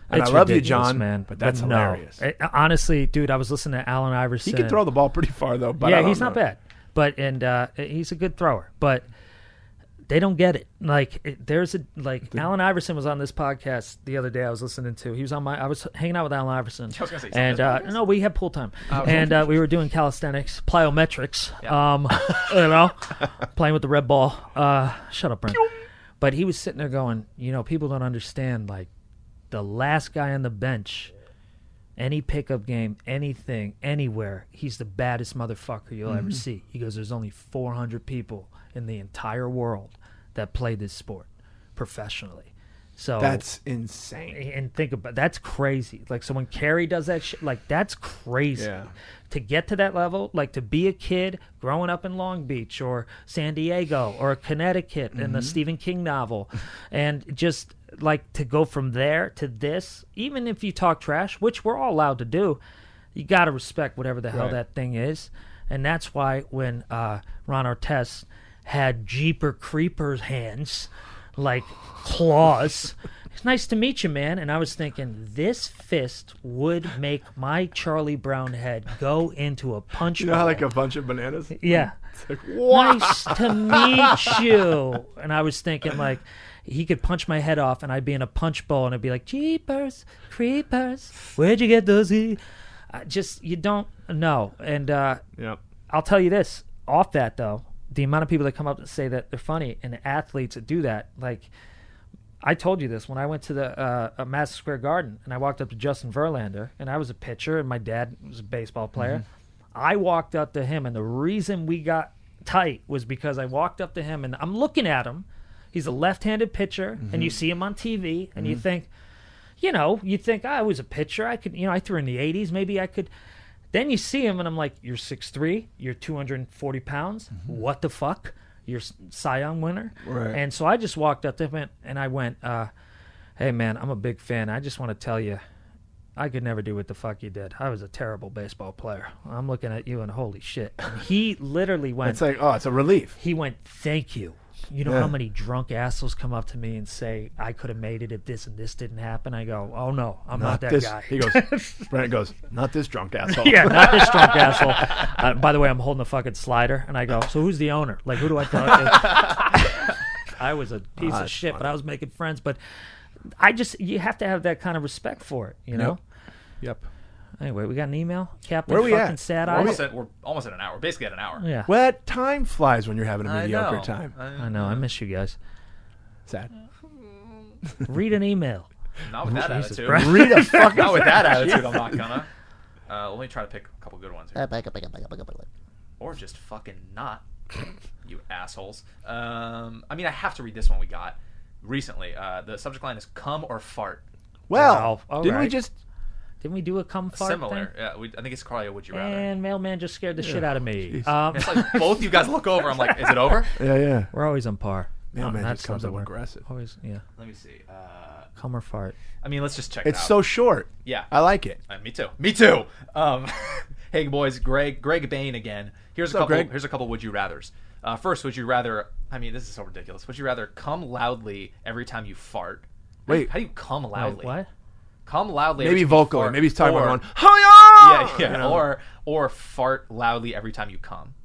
[SPEAKER 2] And
[SPEAKER 3] It's
[SPEAKER 2] I love you,
[SPEAKER 3] ridiculous,
[SPEAKER 2] John,
[SPEAKER 3] man.
[SPEAKER 2] but that's
[SPEAKER 3] no.
[SPEAKER 2] hilarious.
[SPEAKER 3] It- honestly, dude, I was listening to Alan
[SPEAKER 2] He
[SPEAKER 3] Iverson.
[SPEAKER 2] can throw the ball pretty far though. But I
[SPEAKER 3] yeah,
[SPEAKER 2] don't
[SPEAKER 3] he's not
[SPEAKER 2] know.
[SPEAKER 3] bad, but and uh, he's a good thrower, but they don't get it. Like it, there's a like Alan Iverson was on this podcast the other day. I was listening to. He was on my. I was hanging out with Alan Iverson.
[SPEAKER 4] I was gonna say, Oh, he's on
[SPEAKER 3] and
[SPEAKER 4] this
[SPEAKER 3] uh, no, we had pool time, and uh, we were doing calisthenics, plyometrics. Um, you know, playing with the red ball. Uh, shut up, Brent. But he was sitting there going, you know, people don't understand. Like the last guy on the bench any pickup game, anything, anywhere, he's the baddest motherfucker you'll ever see. He goes, There's only 400 people in the entire world that play this sport professionally. So
[SPEAKER 2] That's insane.
[SPEAKER 3] and think about that's crazy. Like so when Carrie does that shit, like that's crazy.
[SPEAKER 2] Yeah.
[SPEAKER 3] To get to that level, like to be a kid growing up in Long Beach or San Diego or Connecticut in the Stephen King novel, and just like to go from there to this, even if you talk trash, which we're all allowed to do, you got to respect whatever the hell
[SPEAKER 4] Right.
[SPEAKER 3] that thing is, and that's why when uh, Ron Artest had Jeeper Creeper's hands like claws. it's nice to meet you, man. And I was thinking, this fist would make my Charlie Brown head go into a punch.
[SPEAKER 2] You know how
[SPEAKER 3] bowl.
[SPEAKER 2] like a bunch of bananas?
[SPEAKER 3] yeah.
[SPEAKER 2] It's like, wow.
[SPEAKER 3] Nice to meet you. And I was thinking, like, he could punch my head off, and I'd be in a punch bowl, and it'd be like, Jeepers, creepers, where'd you get those? e-" I just, you don't know. And uh,
[SPEAKER 2] Yep.
[SPEAKER 3] I'll tell you this. Off that though, the amount of people that come up and say that they're funny and the athletes that do that, like I told you this when I went to the uh, uh, Madison Square Garden and I walked up to Justin Verlander and I was a pitcher and my dad was a baseball player. I walked up to him and the reason we got tight was because I walked up to him and I'm looking at him. He's a left-handed pitcher and you see him on TV and you think you know, you think "Ah, I was a pitcher. I could, you know, I threw in the 80s. Maybe I could. Then you see him, and I'm like, you're 6'3, you're 240 pounds. What the fuck? You're s- Cy Young winner.
[SPEAKER 2] Mm-hmm. Right.
[SPEAKER 3] And so I just walked up to him and- and I went, uh, hey, man, I'm a big fan. I just want to tell you, I could never do what the fuck you did. I was a terrible baseball player. I'm looking at you and holy shit. And he literally went,
[SPEAKER 2] It's like, oh, it's a relief.
[SPEAKER 3] he went, "Thank you." You know
[SPEAKER 2] Yeah.
[SPEAKER 3] how many drunk assholes come up to me and say, "I could have made it if this and this didn't happen." I go, "Oh no, I'm not, that
[SPEAKER 2] this,
[SPEAKER 3] guy."
[SPEAKER 2] He goes, Brent goes, not this drunk asshole.
[SPEAKER 3] yeah, not this drunk asshole. Uh, by the way, I'm holding a fucking slider, and I go, "So who's the owner? Like, who do I talk to?" I was a piece of shit, but I was making friends. But I just, you have to have that kind of respect for it, you know.
[SPEAKER 2] Yep.
[SPEAKER 3] Anyway, we got an email, Captain
[SPEAKER 2] Where we
[SPEAKER 3] fucking
[SPEAKER 2] at?
[SPEAKER 3] Sad
[SPEAKER 2] Where we
[SPEAKER 3] Eyes.
[SPEAKER 4] Almost at, we're almost at an hour. Basically at an hour.
[SPEAKER 3] Yeah,
[SPEAKER 2] Well, that time flies when you're having a
[SPEAKER 4] I
[SPEAKER 2] mediocre
[SPEAKER 4] know.
[SPEAKER 2] time.
[SPEAKER 4] I-
[SPEAKER 3] I know. I miss you guys.
[SPEAKER 2] Sad.
[SPEAKER 3] Read an email.
[SPEAKER 4] not with that
[SPEAKER 3] Jesus
[SPEAKER 4] attitude.
[SPEAKER 3] Christ.
[SPEAKER 2] Read a fucking.
[SPEAKER 4] Not with that attitude. I'm not gonna. Uh, let me try to pick a couple good ones. Here. or just fucking not, you assholes. Um, I mean, I have to read this one we got recently. Uh, the subject line is "Come or Fart."
[SPEAKER 2] Well,
[SPEAKER 3] Wow.
[SPEAKER 2] didn't we
[SPEAKER 3] Alright.
[SPEAKER 2] just?
[SPEAKER 3] Didn't we do a cum fart thing? Eh.
[SPEAKER 4] Similar. Yeah, we, I think it's Carly. Would you rather?
[SPEAKER 3] And mailman just scared the shit out of me.
[SPEAKER 2] Jeez.
[SPEAKER 3] Um,
[SPEAKER 4] It's like both you guys look over. I'm like, is it over?
[SPEAKER 2] Yeah, yeah.
[SPEAKER 3] we're always on par. Oh,
[SPEAKER 2] Yeah, man,
[SPEAKER 3] that's
[SPEAKER 2] just comes
[SPEAKER 3] not
[SPEAKER 2] up
[SPEAKER 3] the word.
[SPEAKER 2] aggressive.
[SPEAKER 3] Always, yeah.
[SPEAKER 4] Let me see. Uh,
[SPEAKER 3] Cum or fart.
[SPEAKER 4] I mean, let's just check. it
[SPEAKER 2] It's
[SPEAKER 4] out.
[SPEAKER 2] so short.
[SPEAKER 4] Yeah.
[SPEAKER 2] I like it.
[SPEAKER 4] Uh, me too. Me too. Um, hey boys, Greg, Greg Bain again. Here's a
[SPEAKER 2] up,
[SPEAKER 4] couple.
[SPEAKER 2] Greg?
[SPEAKER 4] Here's a couple. Would you rather's. Uh, first, would you rather? I mean, this is so ridiculous. Would you rather come loudly every time you fart? How do you-
[SPEAKER 2] Wait.
[SPEAKER 4] how do you come
[SPEAKER 3] Wait,
[SPEAKER 4] loudly?
[SPEAKER 3] what?
[SPEAKER 4] Come loudly. every
[SPEAKER 2] Maybe
[SPEAKER 4] time you
[SPEAKER 2] vocal.
[SPEAKER 4] fart,
[SPEAKER 2] Maybe he's talking
[SPEAKER 4] or,
[SPEAKER 2] about one. Hi-ya!
[SPEAKER 4] Yeah, yeah.
[SPEAKER 2] You know?
[SPEAKER 4] Or or fart loudly every time you come.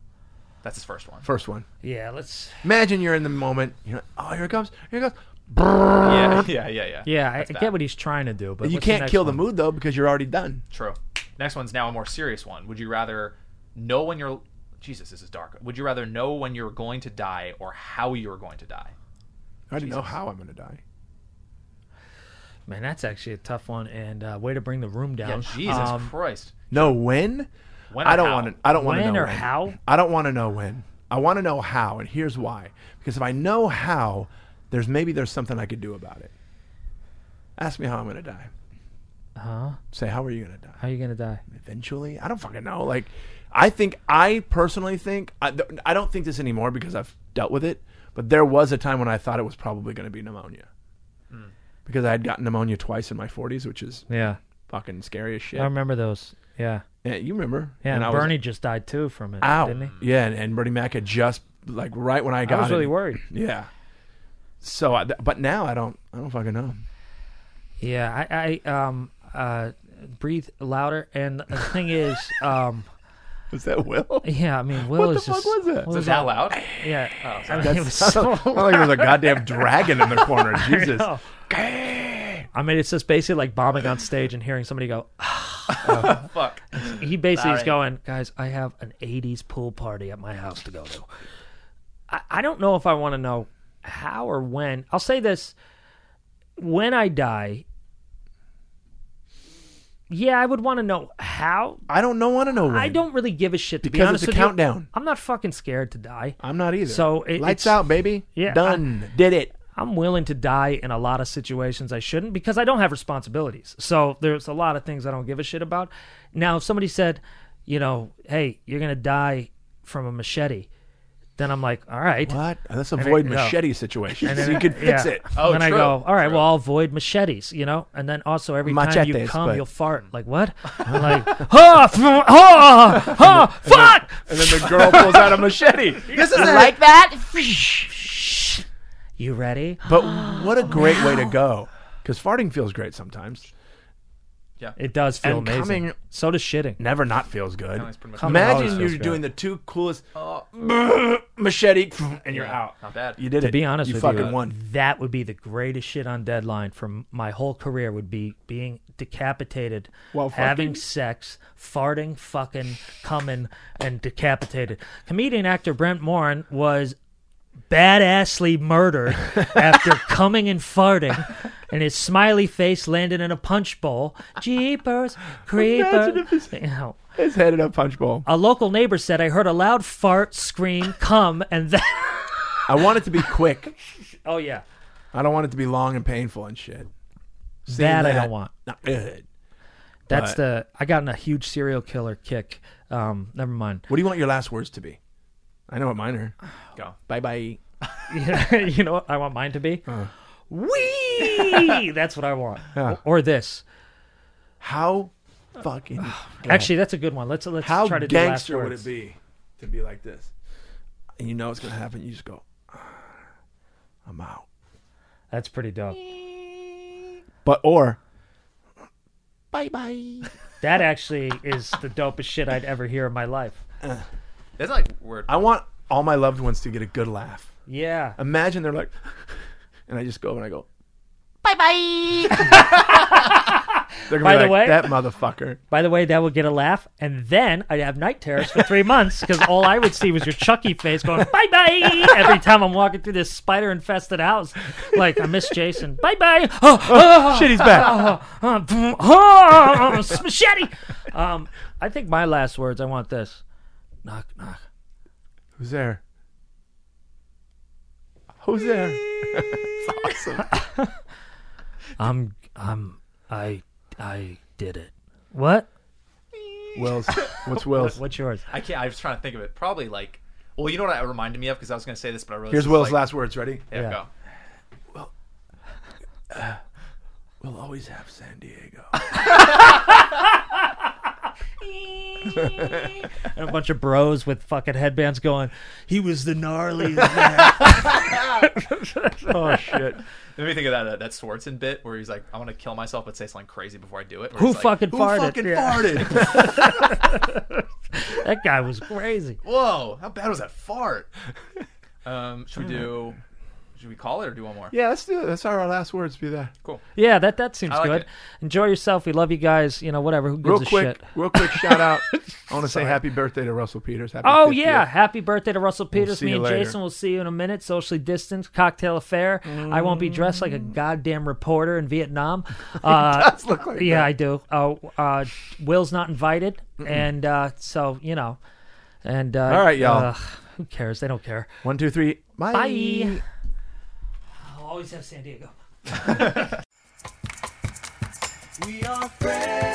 [SPEAKER 4] That's his first one.
[SPEAKER 2] first one.
[SPEAKER 3] Yeah, let's.
[SPEAKER 2] Imagine you're in the moment. You're like, oh, here it comes. Here it goes.
[SPEAKER 4] yeah, yeah, yeah, yeah.
[SPEAKER 3] Yeah, I, I
[SPEAKER 4] That's bad.
[SPEAKER 3] get what he's trying to do, but
[SPEAKER 2] You
[SPEAKER 3] what's
[SPEAKER 2] can't
[SPEAKER 3] next
[SPEAKER 2] kill the
[SPEAKER 3] one?
[SPEAKER 2] mood though because you're already done.
[SPEAKER 4] True. Next one's now a more serious one. Would you rather know when you're Jesus, this is dark. Would you rather know when you're going to die or how you're going to die?
[SPEAKER 2] I already know how I'm gonna die.
[SPEAKER 3] Man, that's actually a tough one, and uh, way to bring the room
[SPEAKER 4] Yeah,
[SPEAKER 3] down.
[SPEAKER 4] Jesus
[SPEAKER 3] Um,
[SPEAKER 4] Christ.
[SPEAKER 2] No when.
[SPEAKER 4] When
[SPEAKER 2] I
[SPEAKER 4] or
[SPEAKER 2] don't
[SPEAKER 4] how?
[SPEAKER 2] want to. I don't want to know
[SPEAKER 3] when or how?
[SPEAKER 2] I don't want to know when. I want to know how, and here's why. Because if I know how, there's maybe there's something I could do about it. Ask me how I'm gonna die.
[SPEAKER 3] Huh?
[SPEAKER 2] Say how are you gonna die?
[SPEAKER 3] How are you gonna die?
[SPEAKER 2] Eventually, I don't fucking know. Like, I think I personally think I, th- I don't think this anymore because I've dealt with it. But there was a time when I thought it was probably gonna be pneumonia. Because I had gotten pneumonia twice in my 40s, which is
[SPEAKER 3] Hmm. Yeah,
[SPEAKER 2] fucking scary as shit.
[SPEAKER 3] I remember those. Yeah,
[SPEAKER 2] yeah, you remember?
[SPEAKER 3] yeah. And
[SPEAKER 2] I was-
[SPEAKER 3] Bernie just died too from it,
[SPEAKER 2] Ow.
[SPEAKER 3] didn't he?
[SPEAKER 2] Yeah, and, and Bernie Mac had just like right when I got
[SPEAKER 3] I was
[SPEAKER 2] it.
[SPEAKER 3] really worried.
[SPEAKER 2] Yeah. So, I, but now I don't. I don't fucking know.
[SPEAKER 3] Yeah, I, I um uh breathe louder. And the thing is, um
[SPEAKER 2] Was that Will?
[SPEAKER 3] yeah, I mean, Will
[SPEAKER 2] What the
[SPEAKER 3] is
[SPEAKER 2] fuck
[SPEAKER 3] just
[SPEAKER 2] was that?
[SPEAKER 3] Will
[SPEAKER 4] Is
[SPEAKER 3] is
[SPEAKER 4] it that
[SPEAKER 3] all-
[SPEAKER 4] loud?
[SPEAKER 3] Yeah,
[SPEAKER 4] Oh,
[SPEAKER 3] I mean,
[SPEAKER 2] That
[SPEAKER 3] it was
[SPEAKER 2] sounds-
[SPEAKER 3] so
[SPEAKER 2] sounded like there was a goddamn dragon in the corner. Jesus.
[SPEAKER 3] know. I mean, it's just basically like bombing on stage and hearing somebody go.
[SPEAKER 4] Fuck.
[SPEAKER 3] He basically is
[SPEAKER 4] Sorry.
[SPEAKER 3] going, guys. I have an '80s pool party at my house to go to. I, I don't know if I want to know how or when. I'll say this: when I die, yeah, I would want to know how.
[SPEAKER 2] I don't know. Want to know? When.
[SPEAKER 3] I don't really give a shit to be
[SPEAKER 2] Because
[SPEAKER 3] honest
[SPEAKER 2] it's a
[SPEAKER 3] with you.
[SPEAKER 2] countdown.
[SPEAKER 3] I'm not fucking scared to die.
[SPEAKER 2] I'm not either.
[SPEAKER 3] So it-
[SPEAKER 2] lights
[SPEAKER 3] it's-
[SPEAKER 2] out, baby.
[SPEAKER 3] Yeah,
[SPEAKER 2] done. Did it.
[SPEAKER 3] I'm willing to die in a lot of situations I shouldn't because I don't have responsibilities. So there's a lot of things I don't give a shit about. Now, if somebody said, you know, hey, you're going to die from a machete, then I'm like, all right.
[SPEAKER 2] What? Oh, Let's avoid
[SPEAKER 3] it- yeah.
[SPEAKER 2] machete situations. And
[SPEAKER 3] And then
[SPEAKER 2] you
[SPEAKER 3] it-
[SPEAKER 2] can fix
[SPEAKER 3] yeah.
[SPEAKER 2] it.
[SPEAKER 4] Oh,
[SPEAKER 3] then I
[SPEAKER 4] true,
[SPEAKER 3] go, all right,
[SPEAKER 4] true.
[SPEAKER 3] well, I'll avoid machetes, you know? And then also every time you
[SPEAKER 2] Machetes,
[SPEAKER 3] come,
[SPEAKER 2] but-
[SPEAKER 3] you'll fart. Like, what? I'm like, oh, f- oh, oh, fuck!
[SPEAKER 2] And then the girl pulls out a machete.
[SPEAKER 4] This is it.
[SPEAKER 3] like that? You ready?
[SPEAKER 2] But what a
[SPEAKER 3] Oh,
[SPEAKER 2] great way to go. Because farting feels great sometimes.
[SPEAKER 3] It does feel
[SPEAKER 2] And
[SPEAKER 3] amazing.
[SPEAKER 2] coming-
[SPEAKER 3] so does shitting.
[SPEAKER 2] Never not feels good.
[SPEAKER 4] It's pretty much-
[SPEAKER 3] Come always
[SPEAKER 2] Imagine
[SPEAKER 3] feels
[SPEAKER 2] you're
[SPEAKER 3] good.
[SPEAKER 2] doing the two coolest machete and you're out.
[SPEAKER 4] Oh, Not bad.
[SPEAKER 2] You did it.
[SPEAKER 3] To be honest
[SPEAKER 2] you
[SPEAKER 3] with
[SPEAKER 2] fucking
[SPEAKER 3] you, uh,
[SPEAKER 2] won.
[SPEAKER 3] that would be the greatest shit on deadline from my whole career would be being decapitated,
[SPEAKER 2] While
[SPEAKER 3] having
[SPEAKER 2] fucking?
[SPEAKER 3] sex, farting, fucking, coming, and decapitated. Comedian actor Brent Morin was badassly murdered after coming and farting, and his smiley face landed in a punch bowl. Jeepers, creepers.
[SPEAKER 2] if his-
[SPEAKER 3] You know.
[SPEAKER 2] His head in a punch bowl.
[SPEAKER 3] A local neighbor said, I heard a loud fart, scream, come, and then.
[SPEAKER 2] I want it to be quick.
[SPEAKER 3] Oh, yeah.
[SPEAKER 2] I don't want it to be long and painful and shit. Seeing
[SPEAKER 3] That I don't want.
[SPEAKER 2] Not good.
[SPEAKER 3] That's
[SPEAKER 2] But-
[SPEAKER 3] the I got in a huge serial killer kick. Um, never mind.
[SPEAKER 2] What do you want your last words to be? I know what mine are.
[SPEAKER 4] Go.
[SPEAKER 2] Bye bye.
[SPEAKER 3] you know what I want mine to be?
[SPEAKER 2] Uh-huh.
[SPEAKER 3] Wee! that's what I want. Or this.
[SPEAKER 2] How fucking
[SPEAKER 3] Actually, that's a good one. Let's let's
[SPEAKER 2] how
[SPEAKER 3] try to do last
[SPEAKER 2] gangster would
[SPEAKER 3] words.
[SPEAKER 2] it be to be like this? And you know it's gonna happen. You just go, I'm out.
[SPEAKER 3] That's pretty dope.
[SPEAKER 2] But or bye bye.
[SPEAKER 3] That actually is the dopest shit I'd ever hear in my life.
[SPEAKER 4] That's like word.
[SPEAKER 2] I want all my loved ones to get a good laugh.
[SPEAKER 3] Yeah.
[SPEAKER 2] Imagine they're like, and I just go and I go, bye bye.
[SPEAKER 3] By the way-
[SPEAKER 2] that motherfucker.
[SPEAKER 3] By the way, that would get a laugh, and then I'd have night terrors for three months because all I would see was your Chucky face going bye bye every time I'm walking through this spider infested house. Like I miss Jason. Bye bye. Oh, oh,
[SPEAKER 2] Shit, he's back.
[SPEAKER 3] Um, oh, it's machete. Um, I think my last words. I want this. Knock, knock.
[SPEAKER 2] Who's there? Who's there?
[SPEAKER 3] I'm, I'm, I, I did it. What?
[SPEAKER 2] Wills. What's Will's?
[SPEAKER 3] What's yours?
[SPEAKER 4] I can't. I was trying to think of it. Probably like. Well, you know what it reminded me of because I was going to say this, but I realized
[SPEAKER 2] Here's
[SPEAKER 4] this is
[SPEAKER 2] Will's
[SPEAKER 4] like,
[SPEAKER 2] last words. Ready?
[SPEAKER 4] Yeah,
[SPEAKER 3] Yeah.
[SPEAKER 4] go.
[SPEAKER 2] We'll always have San Diego.
[SPEAKER 3] And a bunch of bros with fucking headbands going. He was the gnarliest.
[SPEAKER 2] oh shit.
[SPEAKER 4] It made me think of that uh, that Swartzen bit where he's like, "I want to kill myself, but say something crazy before I do it." where
[SPEAKER 3] Who
[SPEAKER 4] he's like,
[SPEAKER 3] fucking
[SPEAKER 2] Who
[SPEAKER 3] farted?
[SPEAKER 2] fucking
[SPEAKER 3] Yeah.
[SPEAKER 2] farted?
[SPEAKER 3] That guy was crazy.
[SPEAKER 4] Whoa! How bad was that fart? Um, should we do? Should we call it or do one more?
[SPEAKER 2] yeah, let's do it. That's our last words. Be that.
[SPEAKER 4] Cool.
[SPEAKER 3] Yeah, that that seems
[SPEAKER 4] I like
[SPEAKER 3] good.
[SPEAKER 4] it.
[SPEAKER 3] Enjoy yourself. We love you guys. You know, whatever. Who gives
[SPEAKER 2] Real
[SPEAKER 3] a
[SPEAKER 2] quick,
[SPEAKER 3] shit?
[SPEAKER 2] real quick shout out. I want to say happy birthday to Russell Peters. Happy
[SPEAKER 3] Oh
[SPEAKER 2] 50th.
[SPEAKER 3] yeah! Happy birthday to Russell Peters.
[SPEAKER 2] see
[SPEAKER 3] Me
[SPEAKER 2] you
[SPEAKER 3] and
[SPEAKER 2] later.
[SPEAKER 3] Jason will see you in a minute. Socially distanced cocktail affair. I won't be dressed like a goddamn reporter in Vietnam. Uh,
[SPEAKER 2] Mm. Does look like
[SPEAKER 3] yeah,
[SPEAKER 2] that.
[SPEAKER 3] I do. Oh, uh, Will's not invited, and uh, so you know, and uh,
[SPEAKER 2] All right, y'all.
[SPEAKER 3] uh, who cares? They don't care.
[SPEAKER 2] One, two, three. Bye.
[SPEAKER 3] Bye. I'll always have San Diego.
[SPEAKER 5] We are friends.